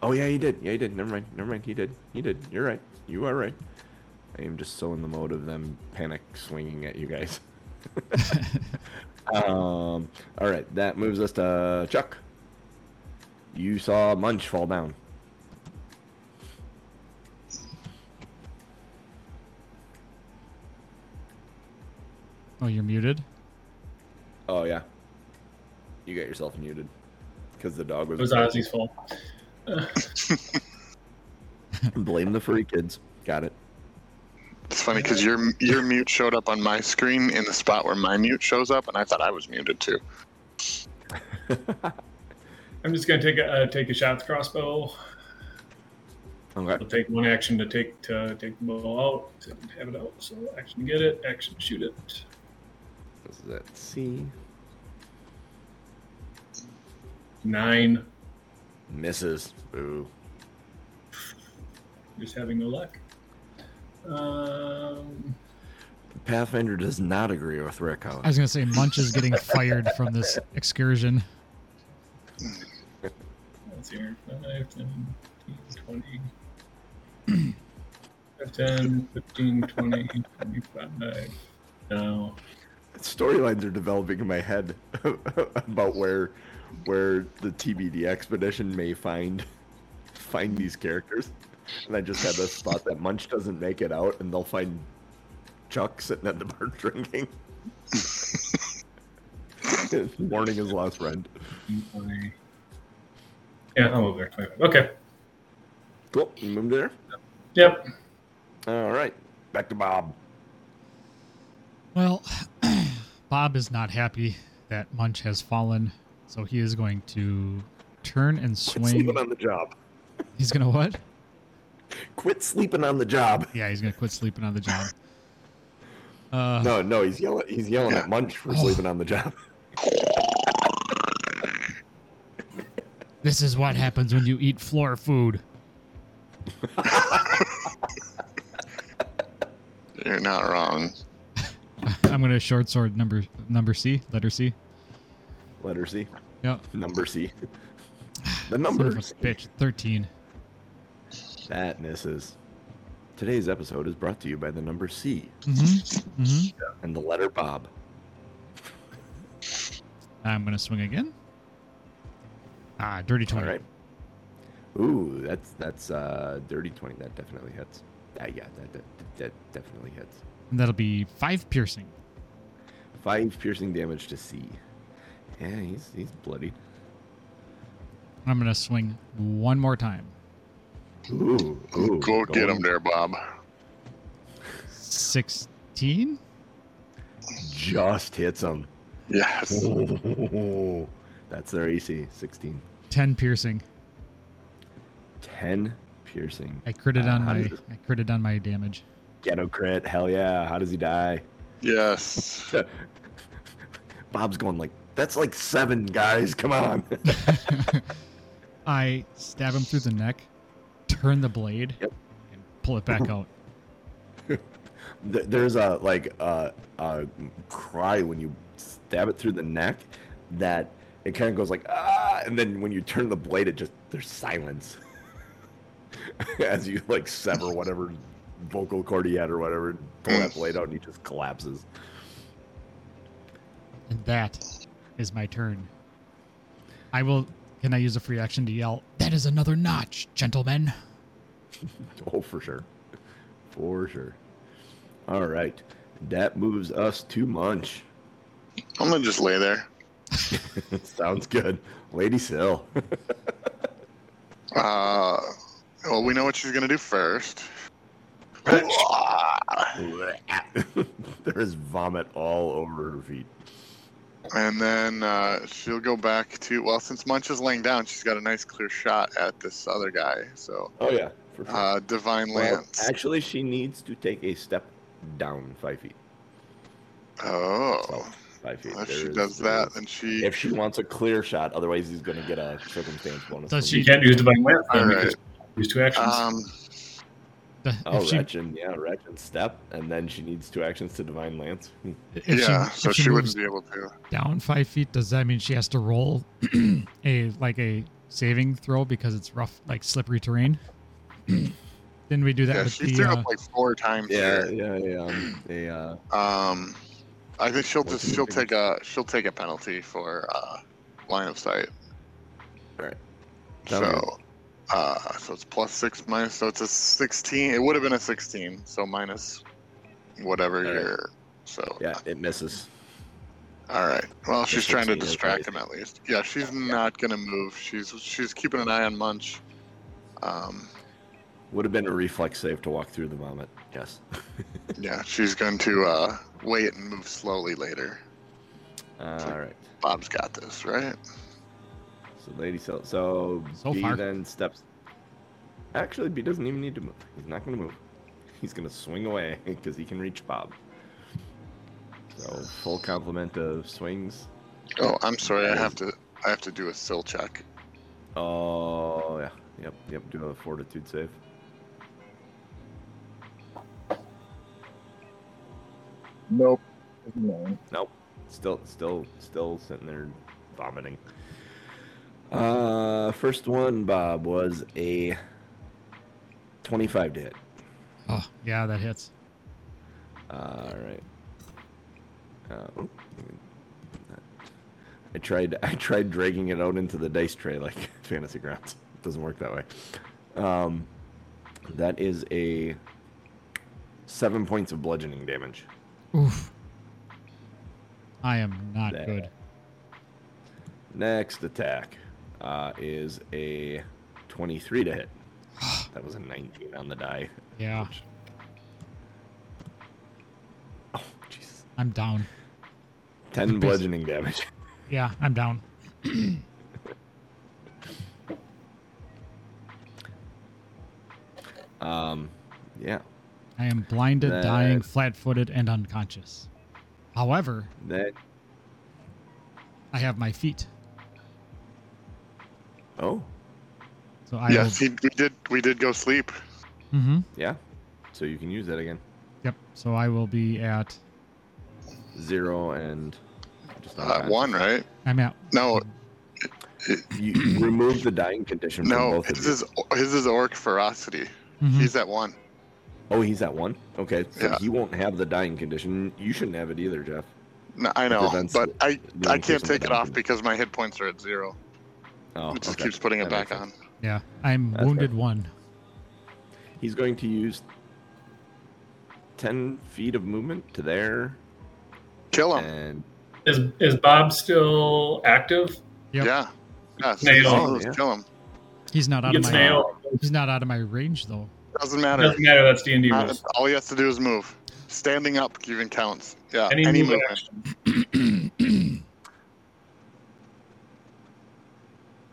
Oh yeah he did. Yeah he did. Never mind. Never mind. He did. He did. You're right. You are right. I am just so in the mode of them panic swinging at you guys. Um. All right, that moves us to Chuck. You saw Munch fall down. Oh, you're muted. Oh yeah. You got yourself muted because the dog was. It was Ozzy's fault. Blame the furry kids. Got it. It's funny because your your mute showed up on my screen in the spot where my mute shows up, and I thought I was muted too. I'm just gonna take a uh, take a shot at the crossbow. Okay. I'll take one action to take to take the bow out. Have it out. So action to get it. Action to shoot it. This is at C. Nine. Misses. Ooh. Just having no luck. Um, Pathfinder does not agree with Rick. I was gonna say Munch is getting fired from this excursion. let's see here. 5, 10, 15, 20. 5, 10, 15, 20, 25. No. Storylines are developing in my head about where, where the TBD expedition may find, find these characters, and I just had this thought that Munch doesn't make it out, and they'll find Chuck sitting at the bar drinking, warning his lost friend. 20. Yeah, I'll move there. 25. Okay. Cool. You moved there. Yep. All right. Back to Bob. Well, Bob is not happy that Munch has fallen, so he is going to turn and Quit swing. sleeping on the job. He's gonna what? Quit sleeping on the job. Yeah, he's gonna quit sleeping on the job. Uh, No, no, he's yelling. He's yelling at Munch for sleeping on the job. This is what happens when you eat floor food. You're not wrong. I'm gonna short sword number number C, letter C. Letter C. Yep. Number C. The Son number of a C. bitch. Thirteen. That misses. Today's episode is brought to you by the number C Mm-hmm. Mm-hmm. and the letter Bob. I'm gonna swing again. Ah, dirty All twenty. right. Ooh, that's that's uh dirty twenty. That definitely hits. Uh, yeah, that, that that definitely hits. And that'll be five piercing. Five piercing damage to C. Yeah, he's he's bloody. I'm gonna swing one more time. Ooh, ooh Go get going him there, Bob. Sixteen. Just hits him. Yes. Oh, that's their AC. Sixteen. Ten piercing. Ten piercing. I critted Uh, on how my does- I critted on my damage. Ghetto crit. Hell yeah. How does he die? Yes. Bob's going like that's like seven guys. Come on. I stab him through the neck, turn the blade, Yep. and pull it back out. Th- there's a like a, a cry when you stab it through the neck that it kind of goes like ah, and then when you turn the blade, it just there's silence as you like sever whatever vocal cord he had or whatever, pull that blade out, and he just collapses. And that is my turn. I will. Can I use a free action to yell? That is another notch, gentlemen. Oh, for sure, for sure. All right, that moves us to Munch. I'm gonna just lay there. Sounds good, Lady Sill. Uh, well, we know what she's gonna do first. there is vomit all over her feet. And then uh, she'll go back to well, since Munch is laying down, she's got a nice clear shot at this other guy. So Oh yeah, for sure. uh, divine Well, lance. actually, she needs to take a step down five feet. So oh, five feet. if There she is- does there that, is- then she. if she wants a clear shot, otherwise he's going to get a circumstance bonus. Does from You she- me. can't use divine weapon All right. because use two actions. Um, The- Oh, if she- Retchin, yeah, Retchin step, and then she needs two actions to Divine Lance. Hmm. if she- yeah, if so she she moves wouldn't be able to. down five feet, does that mean she has to roll a like a saving throw because it's rough, like slippery terrain? Didn't we do that Yeah, with she the? threw Uh, up like four times Yeah, here. yeah, yeah. um, a, uh, Um, I think she'll just What's she'll the- take a she'll take a penalty for uh, line of sight. Alright. Sounds So, uh, so it's plus six minus. So it's a sixteen. It would have been a sixteen. So minus whatever Alright. your. So yeah, it misses. all right. Well, she's trying to 16 is distract right. him at least. Yeah, she's not gonna move. She's she's keeping an eye on Munch. Um, Would have been a reflex save to walk through the vomit. Yes. yeah, she's going to uh, wait and move slowly later. All right. Bob's got this, right? So Lady Sill. So, So B far. then steps. Actually, B doesn't even need to move. He's not going to move. He's going to swing away because he can reach Bob. So full complement of swings. Oh, I'm sorry. I have to. I have to do a sill check. Oh yeah, yep, yep. Do a fortitude save. Nope. Nope. Still, still, still sitting there vomiting. Uh, first one, Bob was a twenty-five to hit. oh, yeah, that hits. All right. Uh, oop, let me- I tried. I tried dragging it out into the dice tray like fantasy grounds. It doesn't work that way. Um, that is a seven points of bludgeoning damage. Oof. I am not That- good. Next attack uh, is a 23 to hit. that was a 19 on the die. Yeah, Oh, jeez. I'm down. 10 bludgeoning damage. Yeah, I'm down. Um, yeah. I am blinded, That- dying, flat-footed, and unconscious. However, That. I have my feet, Oh, so I Yes, will. he, we did. We did go sleep. hmm yeah. So you can use that again. Yep. So I will be at. Zero and. Just Uh, unconscious. one, right? I'm at. No, You remove the dying condition from no. both of His you. is his is orc ferocity. Mhm. He's at one. Oh, he's at one? Okay. So Yeah. he won't have the dying condition. You shouldn't have it either, Jeff. No, I know, prevents but I the I increase can't in the take it off damage. because my hit points are at zero. Oh, It just okay. keeps putting it That makes back sense. on. Yeah, I'm That's wounded right. one. He's going to use 10 feet of movement to there. Kill him. And Is is Bob still active? Yep. Yeah. Yeah. so Nail. all those Yeah. Kill him. He's not out of Gets my. nailed. He's not out of my range though. Doesn't matter. Doesn't matter. That's D and D Uh, rules. all he has to do is move. Standing up even counts. Yeah. Any, Any, move movement. action.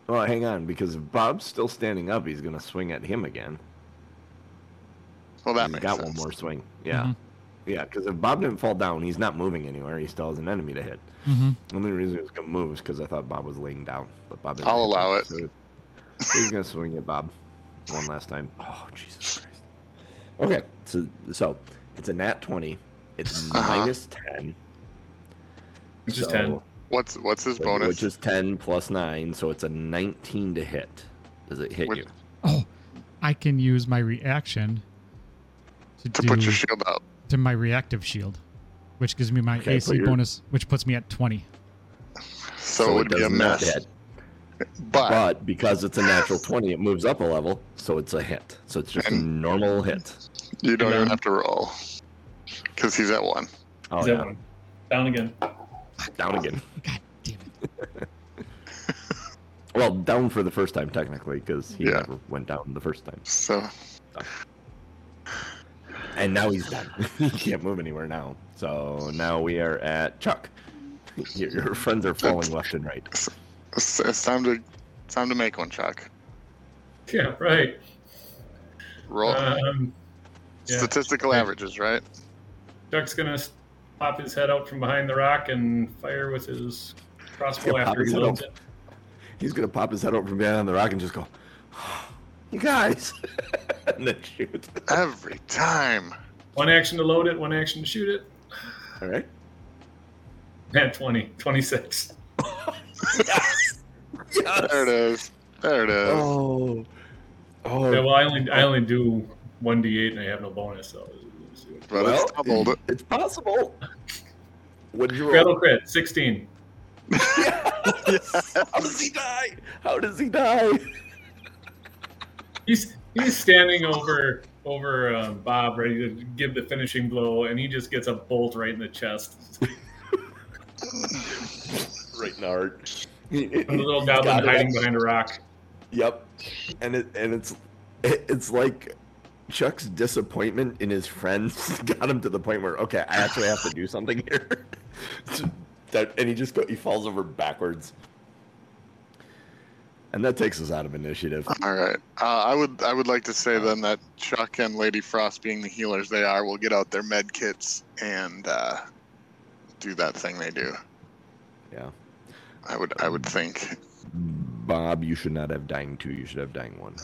oh, hang on, because if Bob's still standing up, he's going to swing at him again. Well, that He's makes got sense. one more swing. Yeah, Mhm. yeah. Because if Bob didn't fall down, he's not moving anywhere. He still has an enemy to hit. Mhm. The only reason he was gonna move is because I thought Bob was laying down, but Bob. Didn't I'll hit allow him, it. so he's gonna swing at Bob one last time. Oh Jesus Christ! Okay, so so it's a nat twenty. It's Uh-huh. minus ten. It's just so- ten. What's what's his bonus? Which is ten plus nine, so it's a nineteen to hit. Does it hit With- you? Oh, I can use my reaction to, to do, put your Mm. shield out. to my reactive shield, which gives me my Okay, AC put your- bonus, which puts me at twenty. So, it would be a does not mess. Ah. hit. But But because it's a natural 20, it moves up a level, so it's a hit. So it's just a And- normal hit. you don't even then- have to roll because he's at one. Oh, Is that yeah. one? Down again. Down again. God damn it! Well, down for the first time, technically, because he Yeah. never went down the first time. So And now he's done. he can't move anywhere now. So now we are at Chuck. Your, your friends are falling left and right. it's, it's time to it's time to make one, Chuck. Yeah. Right. Roll Um, yeah. statistical averages, right? Chuck's gonna s- pop his head out from behind the rock and fire with his crossbow Yeah, pop after he his head loads out. it. He's going to pop his head over from behind the rock and just go, You guys! and then shoot. Every time. One action to load it. One action to shoot it. All right. At 20, 26. There it is. There it is. Oh. Oh, Yeah, well, I only I only do one d8 and I have no bonus, so. but it's doubled. It's possible. What did you roll? Gravel crit, 16. How does he die? How does he die? He's he's standing over over uh, Bob, ready to give the finishing blow, and he just gets a bolt right in the chest. Right in the heart. The little goblin hiding behind a rock. Yep. And it and it's it, it's like Chuck's disappointment in his friends got him to the point where okay, I actually have to do something here. So that, and he just go, he falls over backwards. And that takes us out of initiative. All right. Uh, I would I would like to say then that Chuck and Lady Frost, being the healers they are, will get out their med kits and uh, do that thing they do. Yeah. I would I would think. Bob, you should not have dying two, you should have dying one.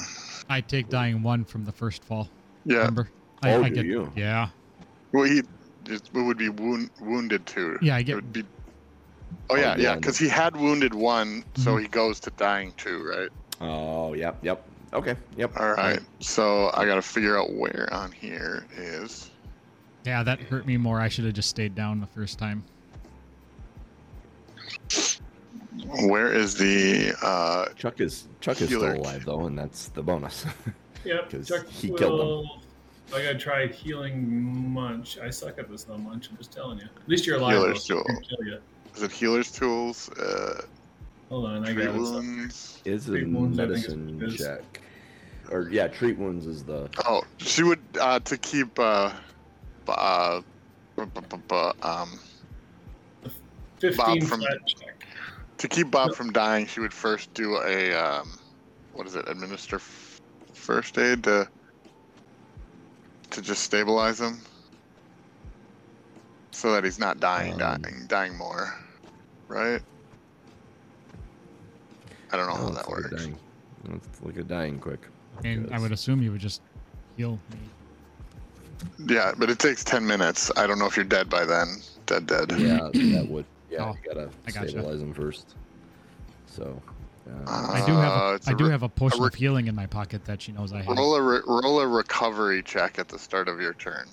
I take dying one from the first fall. Yeah. Remember? Oh, I do get, you? Yeah. Well, he it would be wound, wounded too. Yeah, I It get would be. Oh yeah, Oh, yeah. yeah. Because he had wounded one, so Mhm. he goes to dying two, right? Oh, yep, yep. Okay, yep. All right. So I got to figure out where on here is. Yeah, that hurt me more. I should have just stayed down the first time. Where is the? Uh, Chuck is Chuck is Healer. still alive though, and that's the bonus. Yep. 'Cause Chuck he will- killed him. I gotta try healing munch. I suck at this though, munch. I'm just telling you. At least you're alive. Healer's though, so tool. I can kill you. is it healers' tools? Uh, Hold on, I tree got it. wounds. is a Treat wounds, I think is medicine what it is. check, or yeah, treat wounds is the Oh, she would uh, to keep uh, b- uh, b- b- b- b- um, Bob 15 from- flat check. to keep Bob from dying. She would first do a um, what is it? Administer f- first aid to to just stabilize him, so that he's not dying, Um, dying, dying more, right? I don't know how Oh, that it's like a works. dying- It's like a dying quick. And I Yes. would assume you would just heal me. Yeah, but it takes ten minutes. I don't know if you're dead by then. Dead, dead. Yeah, that would. Yeah, Oh, you gotta I gotcha. stabilize him first. So, uh, Uh, I do have a, it's I a do re- have a potion re- of healing in my pocket that she knows I have. Roll a re- roll a recovery check at the start of your turn,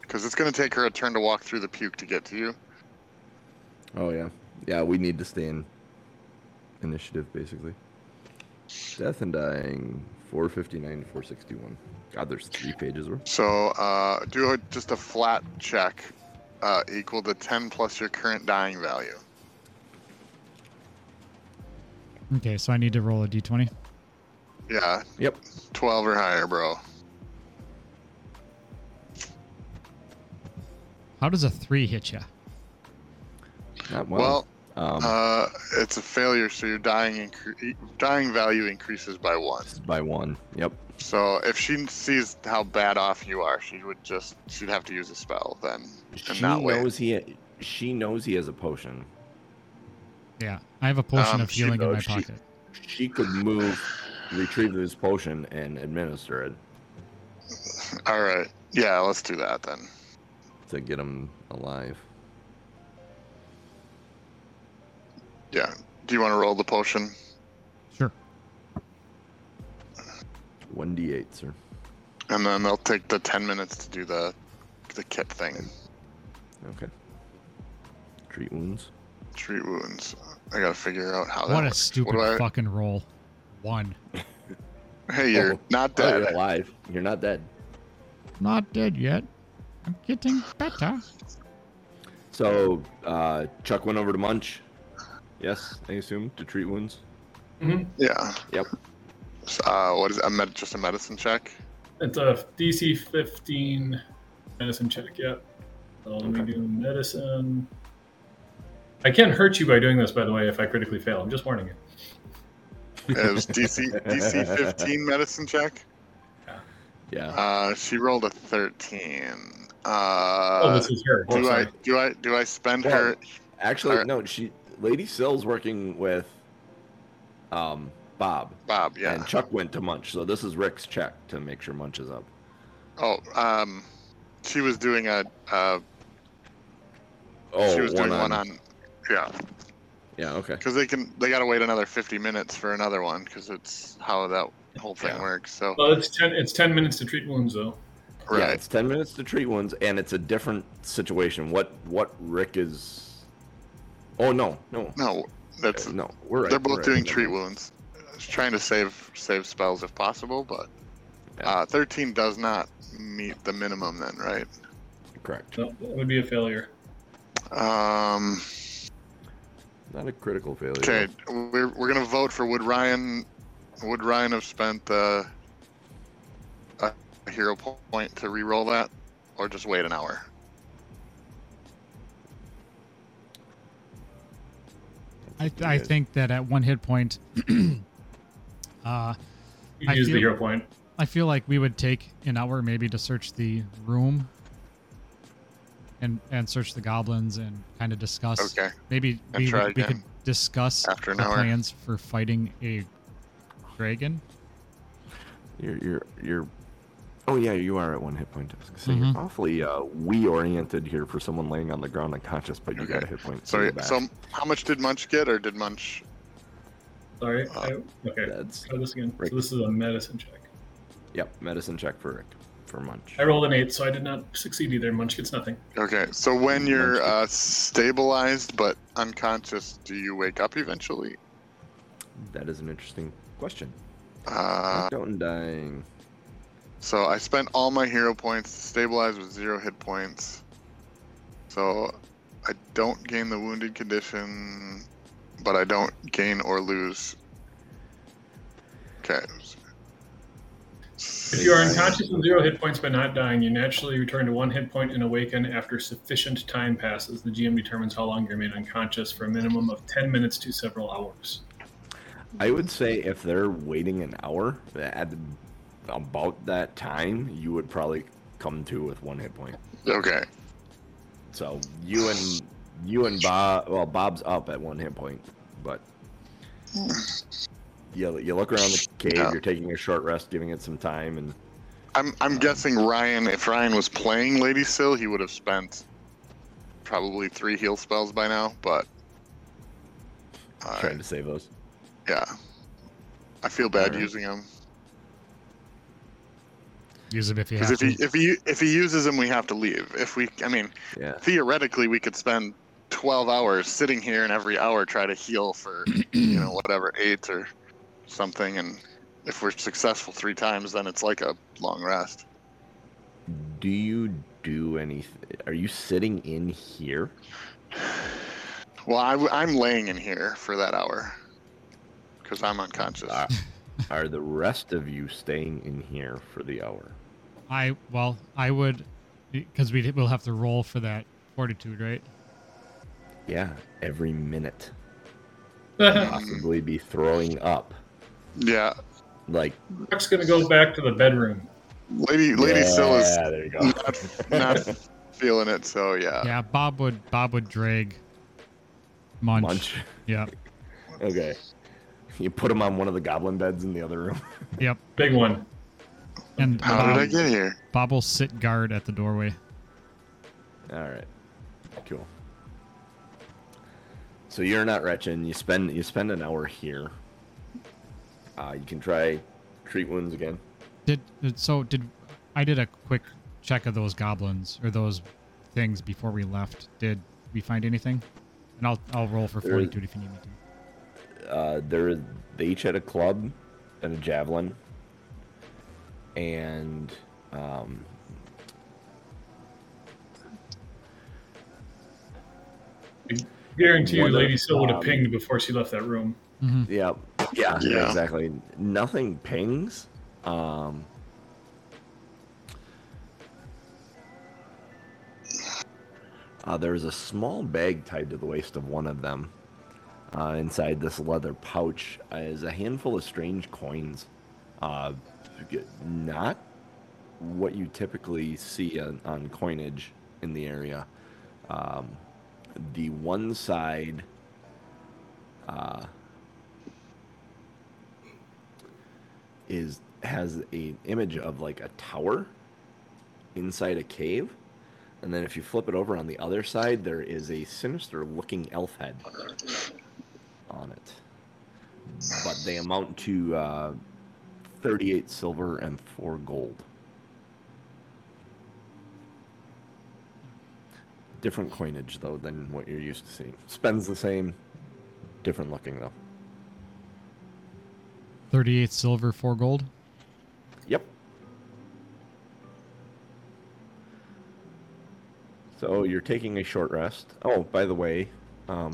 because it's going to take her a turn to walk through the puke to get to you. oh yeah, yeah. We need to stay in initiative basically. Death and dying, 459 461. God, there's three pages worth. So uh, do a, just a flat check uh, equal to 10 plus your current dying value. Okay, so I need to roll a d20. Yeah, Yep. 12 or higher, bro. How does a three hit you? Not one. Well, um, uh, it's a failure, so your dying incre- dying value increases by one. it's by one. Yep. So if she sees how bad off you are, she would just she'd have to use a spell then, and She not wait. knows he. She knows he has a potion. Yeah, I have a potion Um, of she healing in my knows she- pocket. She could move, retrieve his potion, and administer it All right, yeah, let's do that then. to get him alive. Yeah. Do you want to roll the potion? Sure. One d eight, sir. And then they'll take the ten minutes to do the the kit thing. Okay. Treat wounds. Treat wounds. I gotta figure out how that What a works. stupid Oh, do I- fucking roll. One. Hey, you're Oh, not Oh, you're dead. alive. You're not dead. Not dead yet. I'm getting better. So uh, Chuck went over to Munch. Yes, I assume to treat wounds. Mhm. yeah. Yep. So, Uh, what is it? A med- just a medicine check? It's a DC 15 medicine check. Yep. So let me Okay. do medicine. I can't hurt you by doing this, by the way, if I critically fail. I'm just warning you. Is DC DC 15 medicine check? Yeah. Uh, she rolled a 13. oh, Uh, this is her. do I sorry. do I do I spend Well, her? Actually, Alright. no. She, Lady Sill's working with, um, Bob, Bob, yeah. and Chuck went to Munch. So this is Rick's check to make sure Munch is up. Oh, um, she was doing a. Uh, Oh, she was doing on. one on. Yeah, Yeah. Okay. because they can. They got to wait another 50 minutes for another one because it's how that whole thing Yeah. works. So Well, it's 10, it's 10 minutes to treat wounds, though. Yeah, right. it's ten minutes to treat wounds, and it's a different situation. What what Rick is? Oh no, no, No, that's no. We're right, they're we're both right. doing treat wounds. Trying to save save spells if possible, but uh, 13 does not meet the minimum then, right? Correct. No, that would be a failure. Um, Not a critical failure. okay, we're, we're gonna vote for would Ryan would Ryan have spent uh, a hero point to re-roll that, or just wait an hour? I, you I guys- think that at one hit point, uh, You I can use feel- the hero point. I feel like we would take an hour maybe to search the room and and search the goblins and kind of discuss. Okay, Maybe And we, try would- we could again discuss after an the hour. plans for fighting a dragon. You're you're you're. Oh yeah, you are at one hit point. I was gonna say Mhm. you're awfully uh, we oriented here for someone laying on the ground unconscious, but you got a Okay. hit point. So you're back. so how much did Munch get, or did Munch? Sorry. Uh, I, okay. that's Try this again. Right. So this is a medicine check. yep. Medicine check for Rick for Munch. I rolled an eight, so I did not succeed either. Munch gets nothing. Okay, so when you're Munch- uh, stabilized but unconscious, do you wake up eventually? That is an interesting question. Uh, Knocked out and dying. So I spent all my hero points to stabilize with zero hit points. So I don't gain the wounded condition, but I don't gain or lose. Okay. If you are unconscious with zero hit points but not dying, you naturally return to one hit point and awaken after sufficient time passes. The GM determines how long you remain unconscious for a minimum of 10 minutes to several hours. I would say if they're waiting an hour at about that time, you would probably come to with one hit point. Okay. So you and you and Bob, well, Bob's up at one hit point, but you you look around the cave. Yeah. You're taking a short rest, giving it some time, and I'm I'm guessing Ryan. If Ryan was playing Lady Sill, he would have spent probably three heal spells by now. But uh, trying to save those. yeah, I feel bad Alright. using him. Use them if you Because have if he to. if he if he uses them, we have to leave. If we, I mean, Yeah, theoretically, we could spend twelve hours sitting here and every hour try to heal for you know whatever eight or something, and if we're successful three times, then it's like a long rest. Do you do anything? Are you sitting in here? Well, I, am laying in here for that hour because I'm unconscious. Are, Uh, are the rest of you staying in here for the hour? I well, I would, because we will have to roll for that fortitude, right? Yeah, every minute. Possibly be throwing up. yeah, Like, Rock's gonna go back to the bedroom. Lady Lady yeah, Still is there you go. not, not feeling it. So yeah, yeah, Bob would Bob would drag Munch. Munch. Yeah. Okay. You put him on one of the goblin beds in the other room. Yep. Big one. And how Bob, Um, did I get here? Bob will sit guard at the doorway. All right. Cool. So you're not retching. You spend you spend an hour here. Uh, you can try treat wounds again. Did so? Did I did a quick check of those goblins or those things before we left? Did we find anything? And I'll I'll roll for There is- fortitude if you need me to. Uh, there they each had a club and a javelin, and um, Guarantee you, Wonder- Lady Sil would have um, pinged before she left that room. Mm-hmm. yeah, yeah, Yeah. exactly. Nothing pings. Um, uh, there's a small bag tied to the waist of one of them. Uh, inside this leather pouch Uh, is a handful of strange coins. Uh, g- not what you typically see on, on coinage in the area. Um, the one side. Uh, is has a image of like a tower inside a cave and then if you flip it over on the other side there is a sinister looking elf head on it but they amount to uh, 38 silver and 4 gold different coinage though than what you're used to seeing spends the same different looking though Thirty-eight silver, four gold. Yep. So you're taking a short rest. Oh, by the way, um,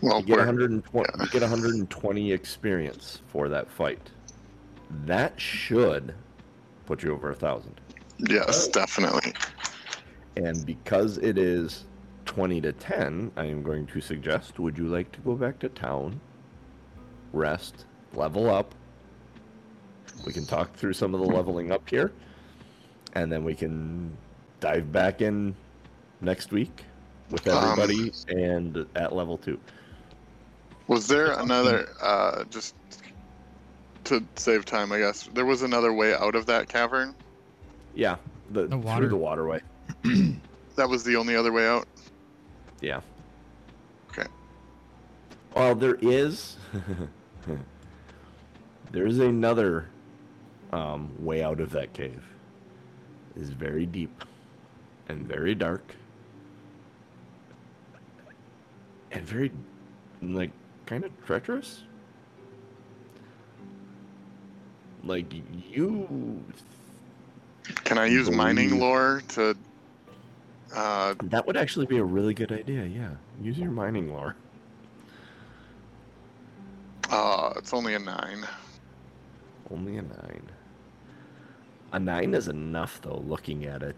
Well, you get we're- 120. You get 120 experience for that fight. That should put you over a thousand. yes, definitely. And because it is 20 to 10, I am going to suggest would you like to go back to town, rest, level up? We can talk through some of the leveling up here, and then we can dive back in next week with Um, everybody and at level two. Was there another uh just to save time, I guess. There was another way out of that cavern. Yeah, the, water. through the waterway. That was the only other way out. Yeah. Okay. Well, there is. there is another um, way out of that cave. It's very deep and very dark and very, like, kind of treacherous. Like, you. Can I use mining Believe- lore to uh That would actually be a really good idea, yeah. Use your mining lore. uh it's only a 9. Only a nine. A nine is enough, though, looking at it,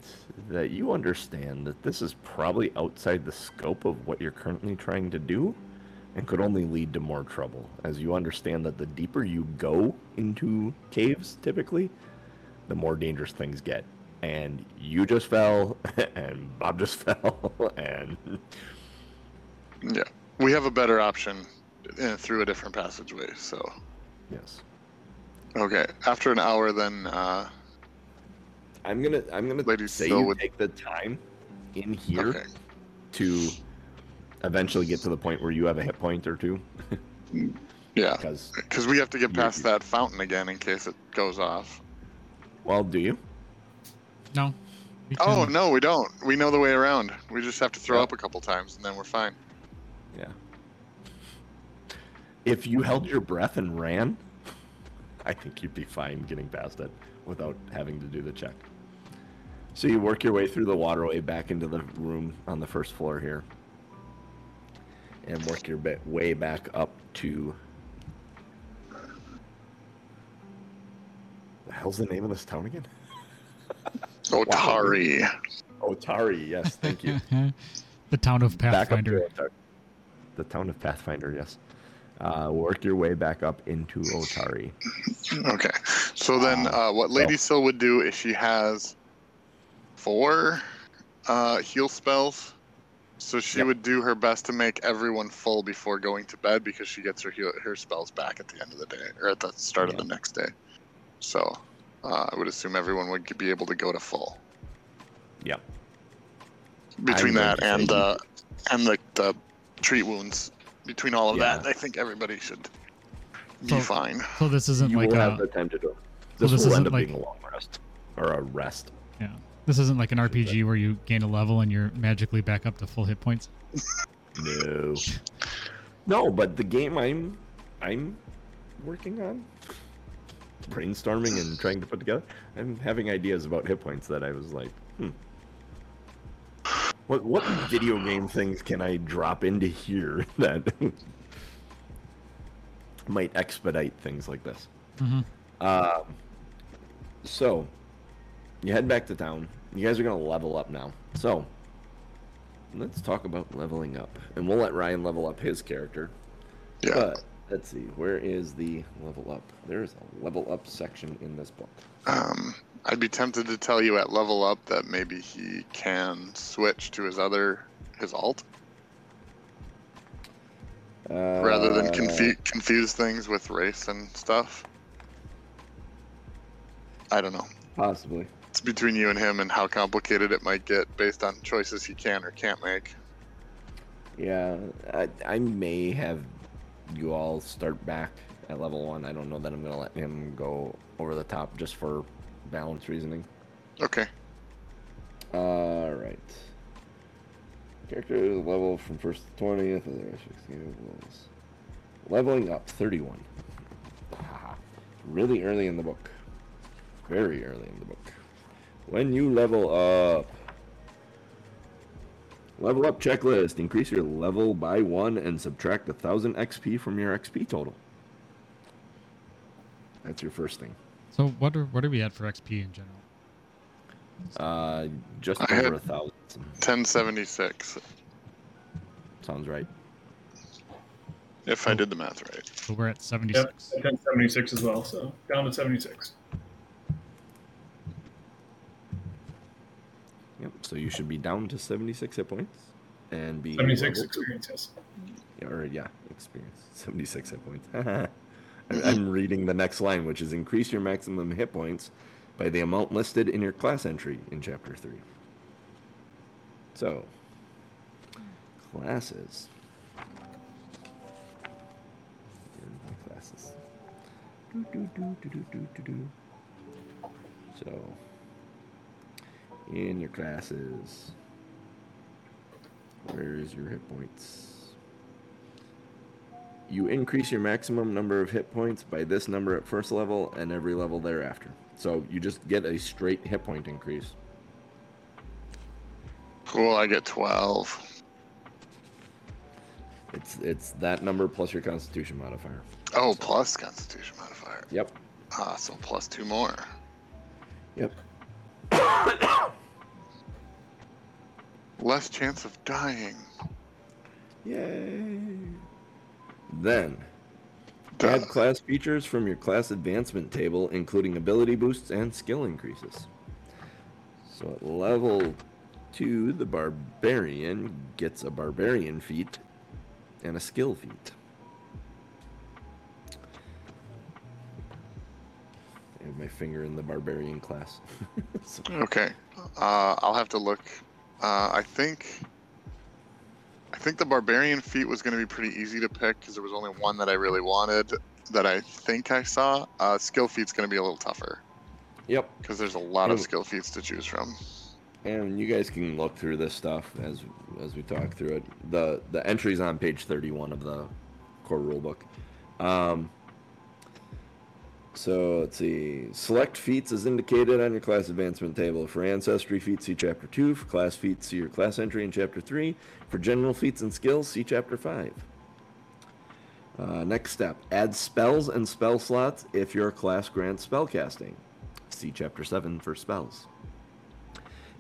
that you understand that this is probably outside the scope of what you're currently trying to do and could only lead to more trouble. As you understand that the deeper you go into caves, typically, the more dangerous things get. And you just fell, and Bob just fell, and Yeah. We have a better option uh, through a different passageway, so yes. okay. After an hour then uh I'm gonna I'm gonna Lady say Sil you would- take the time in here okay. to eventually get to the point where you have a hit point or two Yeah. because Cuz we have to get You- past that fountain again in case it goes off. well do you No. We Oh, can- no, we don't. We know the way around. We just have to throw Yeah. up a couple times and then we're fine. yeah If you held your breath and ran, I think you'd be fine getting past it without having to do the check. So you work your way through the waterway back into the room on the first floor here, and work your ba- way back up to. The hell's the name of this town again? Otari. Otari. Yes, thank you. the town of back up to Pathfinder. Otar- the town of Pathfinder. Yes. Uh, work your way back up into Otari. Okay. So then, Uh, uh, what Lady Sil would do is she has four uh, heal spells. So she Yep. would do her best to make everyone full before going to bed because she gets her heal- her spells back at the end of the day or at the start of the next day. So uh, I would assume everyone would be able to go to full Yep. between going that to say and you- uh, and the, the treat wounds. Between all of that, Yeah. I think everybody should be So- fine. So this isn't you like will a, have the time to do it. This, this will isn't end up like- being a long rest or a rest. yeah. This isn't like an RPG where you gain a level and you're magically back up to full hit points. No. No, but the game I'm I'm working on brainstorming and trying to put together. I'm having ideas about hit points that I was like, hmm. What what video game things can I drop into here that might expedite things like this? Mhm. Um, so you head back to town. You guys are gonna level up now. So let's talk about leveling up, and we'll let Ryan level up his character. Yeah. But let's see, where is the level up? There is a level up section in this book. Um, I'd be tempted to tell you at level up that maybe he can switch to his other his alt Uh, rather than confu- confuse things with race and stuff. I don't know. Possibly. It's between you and him and how complicated it might get based on choices he can or can't make. Yeah, I, I may have you all start back at level one. I don't know that I'm gonna let him go over the top just for balance reasoning. Okay. All right. Character is level from first to twentieth. Leveling up thirty-one. Haha. really early in the book. Very early in the book. When you level up. Level up checklist. Increase your level by one and subtract a thousand XP from your XP total. That's your first thing. So what are what are we at for XP in general? Uh, just I had- over a thousand. 1076, Sounds right. if I did the math right. So we're at seventy Yep, six. I've done 76 as well, so down to 76. Yep. So you should be down to 76 hit points and be 76 level- experience, yes. Or yeah, experience 76 hit points. I- I'm reading the next line, which is increase your maximum hit points by the amount listed in your class entry in chapter three. So, classes. Where are my classes. Do, do, do, do, do, do, do, do. So, in your classes, where is your hit points? You increase your maximum number of hit points by this number at first level and every level thereafter. So you just get a straight hit point increase. Cool, I get 12. It's it's that number plus your constitution modifier. Oh, plus constitution modifier. Yep. Ah, so plus two more. Yep. Less chance of dying. Yay. Then Duh. add class features from your class advancement table, including ability boosts and skill increases. So at level two, the barbarian gets a barbarian feat and a skill feat. I have my finger in the barbarian class. So- Okay, uh, I'll have to look. Uh, I think, I think the barbarian feat was going to be pretty easy to pick because there was only one that I really wanted that I think I saw. Uh, skill feat's going to be a little tougher yep. because there's a lot of Ooh. skill feats to choose from. and you guys can look through this stuff as as we talk through it. The the entries on page 31 of the core rulebook. Um, so let's see. Select feats is indicated on your class advancement table. For ancestry feats, see chapter two. For class feats, see your class entry in chapter three. For general feats and skills, see chapter five. Uh, next step: add spells and spell slots if your class grants spellcasting. See chapter seven for spells.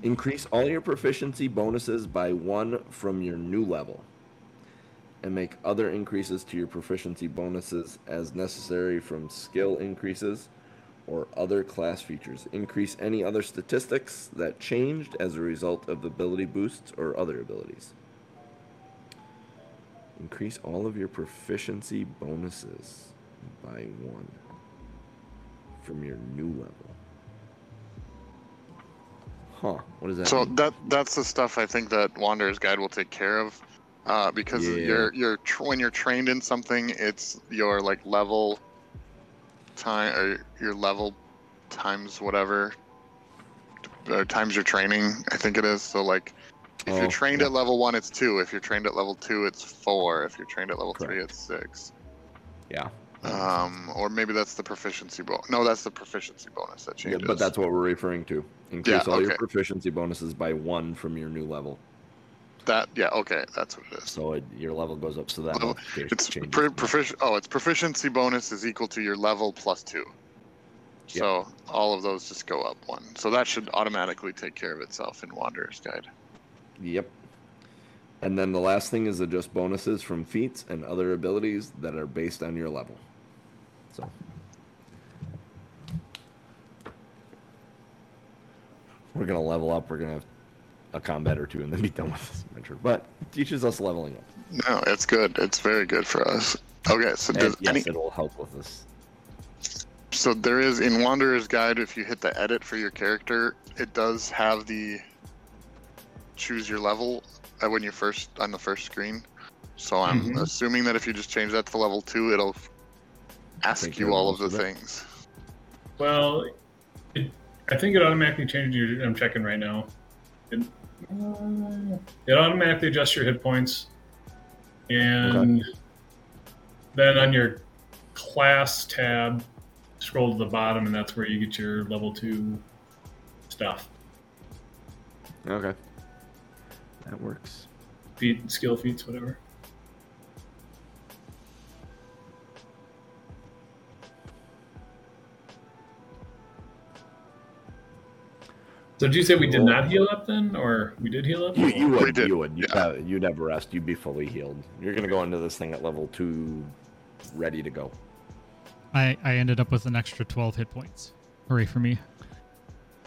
Increase all your proficiency bonuses by one from your new level and make other increases to your proficiency bonuses as necessary from skill increases or other class features. Increase any other statistics that changed as a result of ability boosts or other abilities. Increase all of your proficiency bonuses by one from your new level. Huh. What does that So mean? that that's the stuff I think that Wanderer's Guide will take care of, uh, because Yeah. you're you're tr- when you're trained in something, it's your like level time or your level times whatever or times your training. I think it is. So like, if Oh, you're trained yeah. at level one, it's two. If you're trained at level two, it's four. If you're trained at level three, Correct. it's six. Yeah. Um, or maybe that's the proficiency bonus. No, that's the proficiency bonus that Yeah, changes. but that's what we're referring to. Increase all your okay. proficiency bonuses by one from your new level. that. Yeah. Okay, that's what it is. So it, your level goes up. So that Level- modification It's changes. pre- profici Oh, it's proficiency bonus is equal to your level plus two. So all of those just go up one. So that should automatically take care of itself in Wanderer's Guide. Yep. And then the last thing is adjust bonuses from feats and other abilities that are based on your level. So we're gonna level up. We're gonna have a combat or two, and then be done with this adventure. But it teaches us leveling up. No, it's good. It's very good for us. Okay, so And does yes, any, it'll help with this. so there is in Wanderer's Guide. If you hit the edit for your character, it does have the choose your level uh, when you first on the first screen. So I'm Mm-hmm. Mhm. assuming that if you just change that to level two, it'll ask Take care you of all of most the of it. things. Well, it, I think it automatically changes your. I'm checking right now. It, uh, it automatically adjusts your hit points, and then on your class tab, scroll to the bottom, and that's where you get your level two stuff. Okay, that works. Feet, skill feats, whatever. So did you say we did Cool. not heal up then, or we did heal up? You, you We would, did, you would, you'd, yeah. have, you'd have a rest. You'd be fully healed. You're gonna go into this thing at level two, ready to go. I, I ended up with an extra 12 hit points. Hooray for me.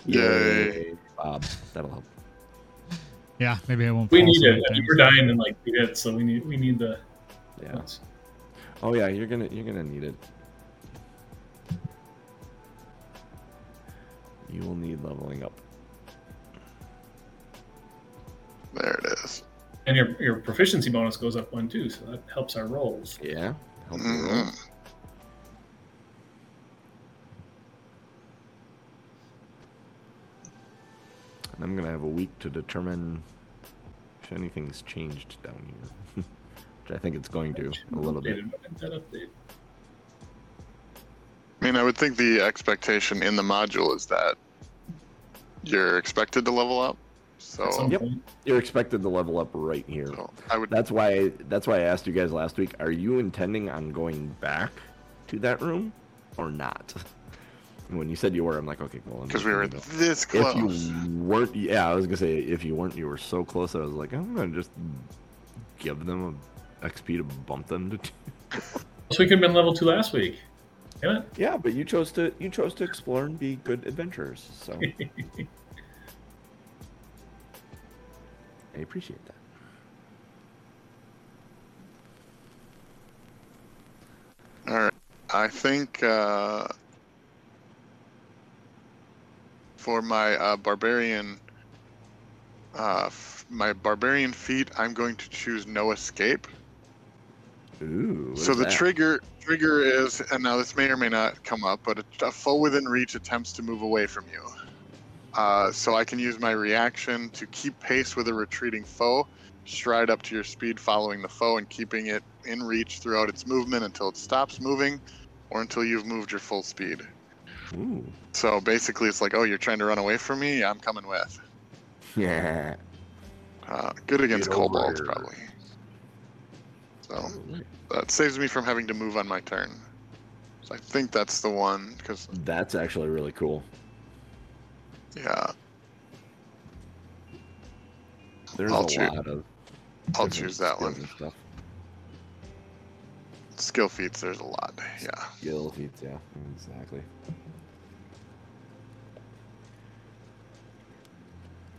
Yay. Bob, that'll help. Yeah, maybe I won't. we fall need so it. many I mean, times. we're dying in like two hits, so we need we need the. Yeah. Oh yeah, you're gonna you're gonna need it. You will need leveling up. There it is. And your your proficiency bonus goes up one too, so that helps our rolls. Yeah. Help you roll. Mhm. And I'm gonna have a week to determine if anything's changed down here, which I think it's going to a little bit. Updated, but That update. I mean, I would think the expectation in the module is that you're expected to level up. at So, some Yep. point. You're expected to level up right here. so I would. That's why that's why I asked you guys last week, are you intending on going back to that room or not? And when you said you were, I'm like, okay, well, I'm Because just we were gonna go. this If close. you weren't, yeah, I was gonna say if you weren't, you were so close. I was like, I'm gonna just give them a XP to bump them to. Two. So we could have been level two last week. Damn it. Yeah, but you chose to you chose to explore and be good adventurers, so I appreciate that. All right. I think uh, for my uh, barbarian, uh, f- my barbarian feat, I'm going to choose no escape. Ooh. what So is the that? trigger trigger is, and now this may or may not come up, but a, a foe within reach attempts to move away from you. Uh, so I can use my reaction to keep pace with a retreating foe, stride up to your speed, following the foe and keeping it in reach throughout its movement until it stops moving or until you've moved your full speed. Ooh. So basically, it's like, oh, you're trying to run away from me? I'm coming with. Yeah. Uh, good against Get over kobolds, here. probably. So Oh. that saves me from having to move on my turn. So I think that's the one, because, That's actually really cool. yeah, There's I'll a choo- lot of. I'll different choose that skills one. and Stuff. Skill feats, there's a lot. Yeah. Skill feats, yeah, exactly.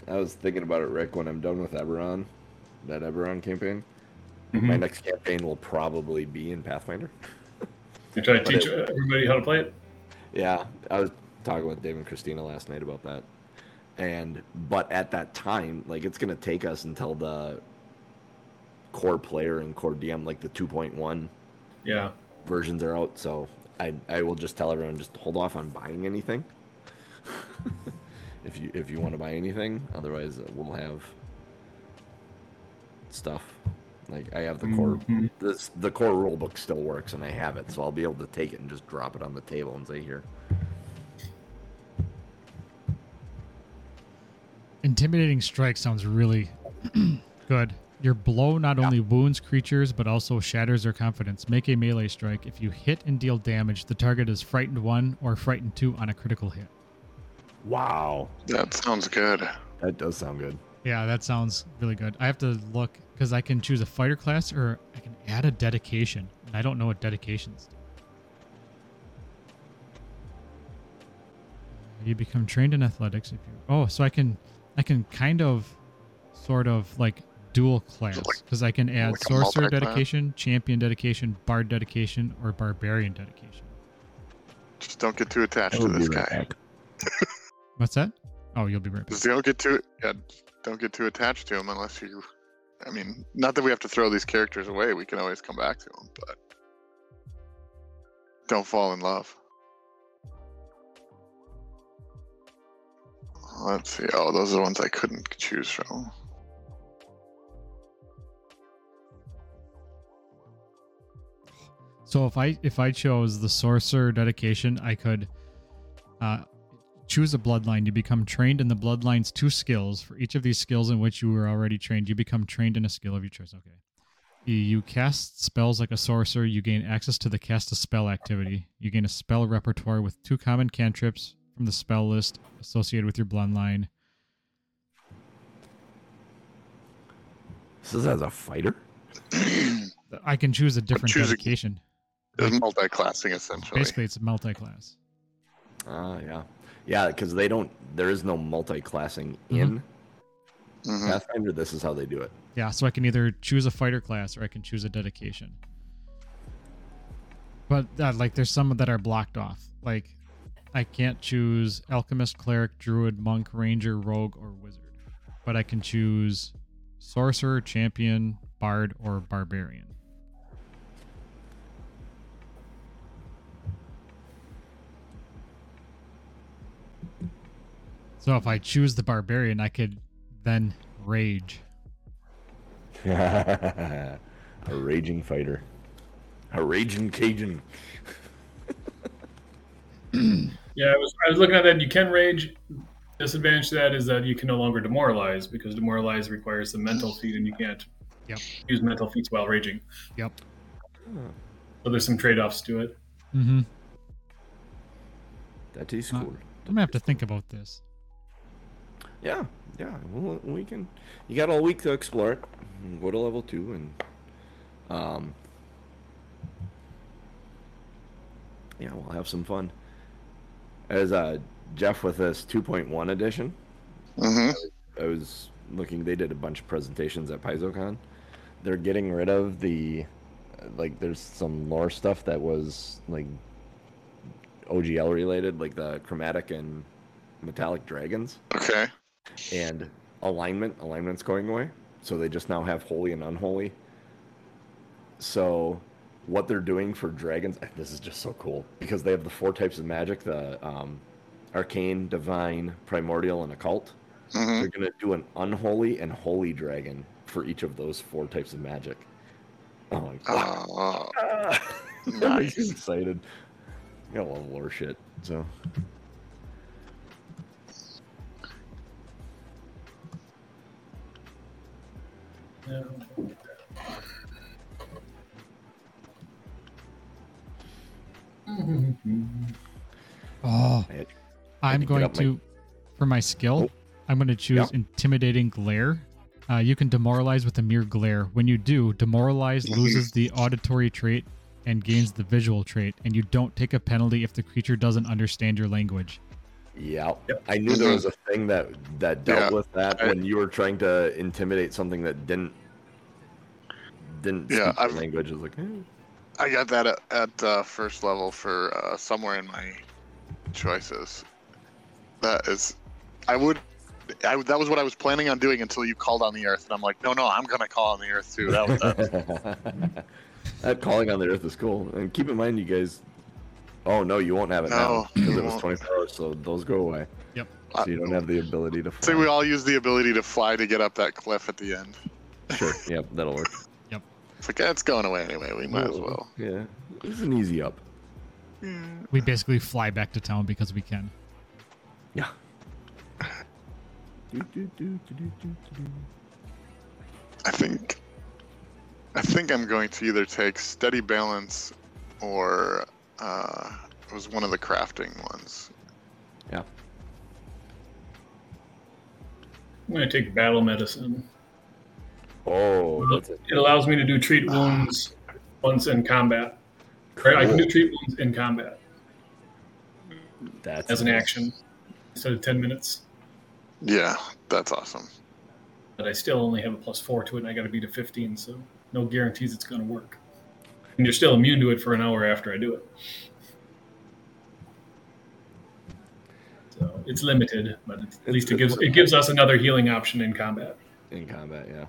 I was thinking about it, Rick, when I'm done with Eberron, that Eberron campaign. My Mhm. next campaign will probably be in Pathfinder. You try to But teach it- everybody how to play it. Yeah, I was talking with Dave and Christina last night about that. And but at that time, like it's gonna take us until the core player and core DM, like the 2.1 Yeah. versions are out. So I I will just tell everyone just hold off on buying anything. if you if you want to buy anything, otherwise uh, we'll have stuff. Like I have the core Mhm. this the core rule book still works and I have it, so I'll be able to take it and just drop it on the table and say here. Intimidating strike sounds really good. Your blow not only wounds creatures but also shatters their confidence. Make a melee strike. If you hit and deal damage, the target is frightened one or frightened two on a critical hit. Wow. That sounds good. That does sound good. Yeah, that sounds really good. I have to look because I can choose a fighter class or I can add a dedication, and I don't know what dedications. do. You become trained in athletics if you. Oh, so I can, I can kind of, sort of like dual class like- because I can add like a sorcerer multi-class? dedication, champion dedication, bard dedication, or barbarian dedication. Just don't get too attached to this guy. What's that? Oh, you'll be right. back. Just don't get too yeah, don't get too attached to him unless you. I mean, not that we have to throw these characters away. We can always come back to them, but don't fall in love. Let's see. Oh, those are the ones I couldn't choose from. So if I if I chose the sorcerer dedication, I could uh, choose a bloodline. You become trained in the bloodline's two skills. For each of these skills in which you were already trained, you become trained in a skill of your choice. Okay. You- You cast spells like a sorcerer. You gain access to the cast a spell activity. You gain a spell repertoire with two common cantrips from the spell list associated with your bloodline. So this is as a fighter? I can choose a different choose a- dedication. It's multi-classing essentially. Basically, it's multi-class. Ah, yeah. Yeah, because they don't, there is no multi classing in Mhm. Pathfinder. This is how they do it. Yeah, so I can either choose a fighter class or I can choose a dedication. But uh, like, there's some that are blocked off. Like, I can't choose alchemist, cleric, druid, monk, ranger, rogue, or wizard. But I can choose sorcerer, champion, bard, or barbarian. So if I choose the barbarian, I could then rage. a raging fighter. A raging Cajun. Yeah, I was, I was looking at that. You can rage. Disadvantage to that is that you can no longer demoralize because demoralize requires the mental feat, and you can't Yep. use mental feats while raging. Yep. So there's some trade offs to it. Mm-hmm. That is Uh, cool. I'm gonna have to think about this. Yeah, yeah. Well, we can. You got all week to explore it. and Go to level two and. Um, yeah, we'll have some fun. As uh, Jeff with this 2.1 edition, Mhm. I was looking. They did a bunch of presentations at PaizoCon. They're getting rid of the, like, there's some lore stuff that was like OGL related, like the chromatic and metallic dragons Okay. and alignment. Alignment's going away, so they just now have holy and unholy. So, what they're doing for dragons, eh, this is just so cool because they have the four types of magic: the um, arcane, divine, primordial, and occult. Mhm. They're gonna do an unholy and holy dragon for each of those four types of magic. I'm like, Oh, ah. that makes me nice. excited. I love lore shit. So Yeah. Oh, I had- I'm to get going up my- Oh. to, for my skill, I'm going to choose Yeah. intimidating glare. Uh, you can demoralize with a mere glare. When you do, demoralize Mm-hmm. loses the auditory trait and gains the visual trait, and you don't take a penalty if the creature doesn't understand your language. Yeah, Yep. I knew there was a thing that that dealt Mm-hmm. Yeah, with that I- when you were trying to intimidate something that didn't didn't Yeah, speak the I've- language. I was like, eh. I got that at, at uh, first level for uh, somewhere in my choices. That is, I would, I would, that was what I was planning on doing until you called on the earth, and I'm like, no, no, I'm gonna call on the earth too. That was, that was- that calling on the earth is cool. And keep in mind, you guys. Oh no, you won't have it now No, because you it was won't. 24 hours, so those go away. Yep. So you don't have the ability to. say fly. we all use the ability to fly to get up that cliff at the end. Sure. Yep, that'll work. It's like eh, it's going away anyway. We might as well. Yeah, it's an easy up. We Ah. basically fly back to town because we can. Yeah. Do, do, do, do, do, do, do. I think, I think I'm going to either take steady balance, or uh, it was one of the crafting ones. Yeah. I'm going to take battle medicine. Oh, that's a It allows me to do treat wounds once in combat. Or I can do treat wounds in combat That's as an action instead of 10 minutes. Yeah, that's awesome. But I still only have a plus four to it, and I got to beat a 15, so no guarantees it's going to work. And you're still immune to it for an hour after I do it. So it's limited, but it's, at least it gives it gives us another healing option in combat. in combat. Yeah.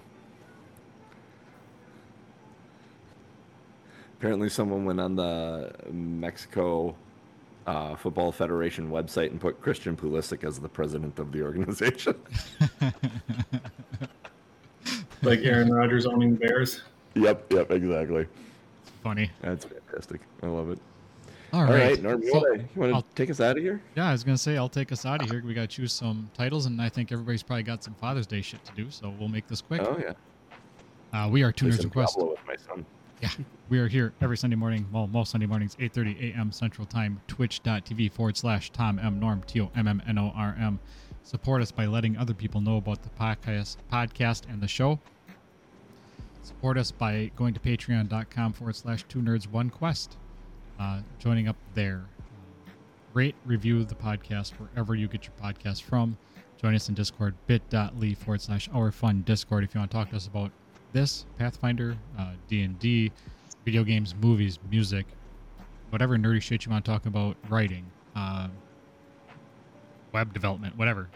Apparently, someone went on the Mexico uh, Football Federation website and put Christian Pulisic as the president of the organization. Like Aaron Rodgers owning the Bears. yep, yep, exactly. Funny. That's fantastic. I love it. All All right. right, Norm, you So- want to I'll- take us out of here? yeah, I was gonna say I'll take us out of here. We gotta choose some titles, and I think everybody's probably got some Father's Day shit to do, so we'll make this quick. Oh yeah, Uh, we are Two Play Nerds some and Quest. Diablo with my son. We are here every Sunday morning, well, most Sunday mornings, 8.30 a.m. Central Time, twitch.tv forward slash Tom M. Norm, T-O-M-M-N-O-R-M. Support us by letting other people know about the podcast, podcast and the show. Support us by going to patreon.com forward slash two nerds one quest, uh, joining up there. Rate, review the podcast wherever you get your podcast from. Join us in Discord, bit.ly forward slash our fun Discord if you want to talk to us about this, Pathfinder, uh, D&D, video games, movies, music, whatever nerdy shit you want to talk about, writing, uh, web development, whatever.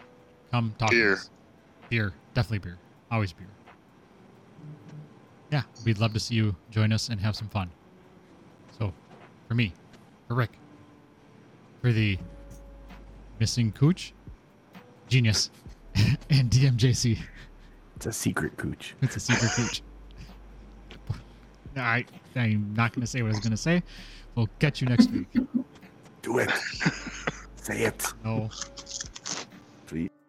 Come talk to Beer. us. Beer. Definitely beer. Always beer. Yeah, we'd love to see you join us and have some fun. So, for me, for Rick, for the missing cooch, genius, and DMJC. It's a secret cooch. It's a secret cooch. I, I'm not going to say what I was going to say. We'll catch you next week. Do it. Say it, No. please.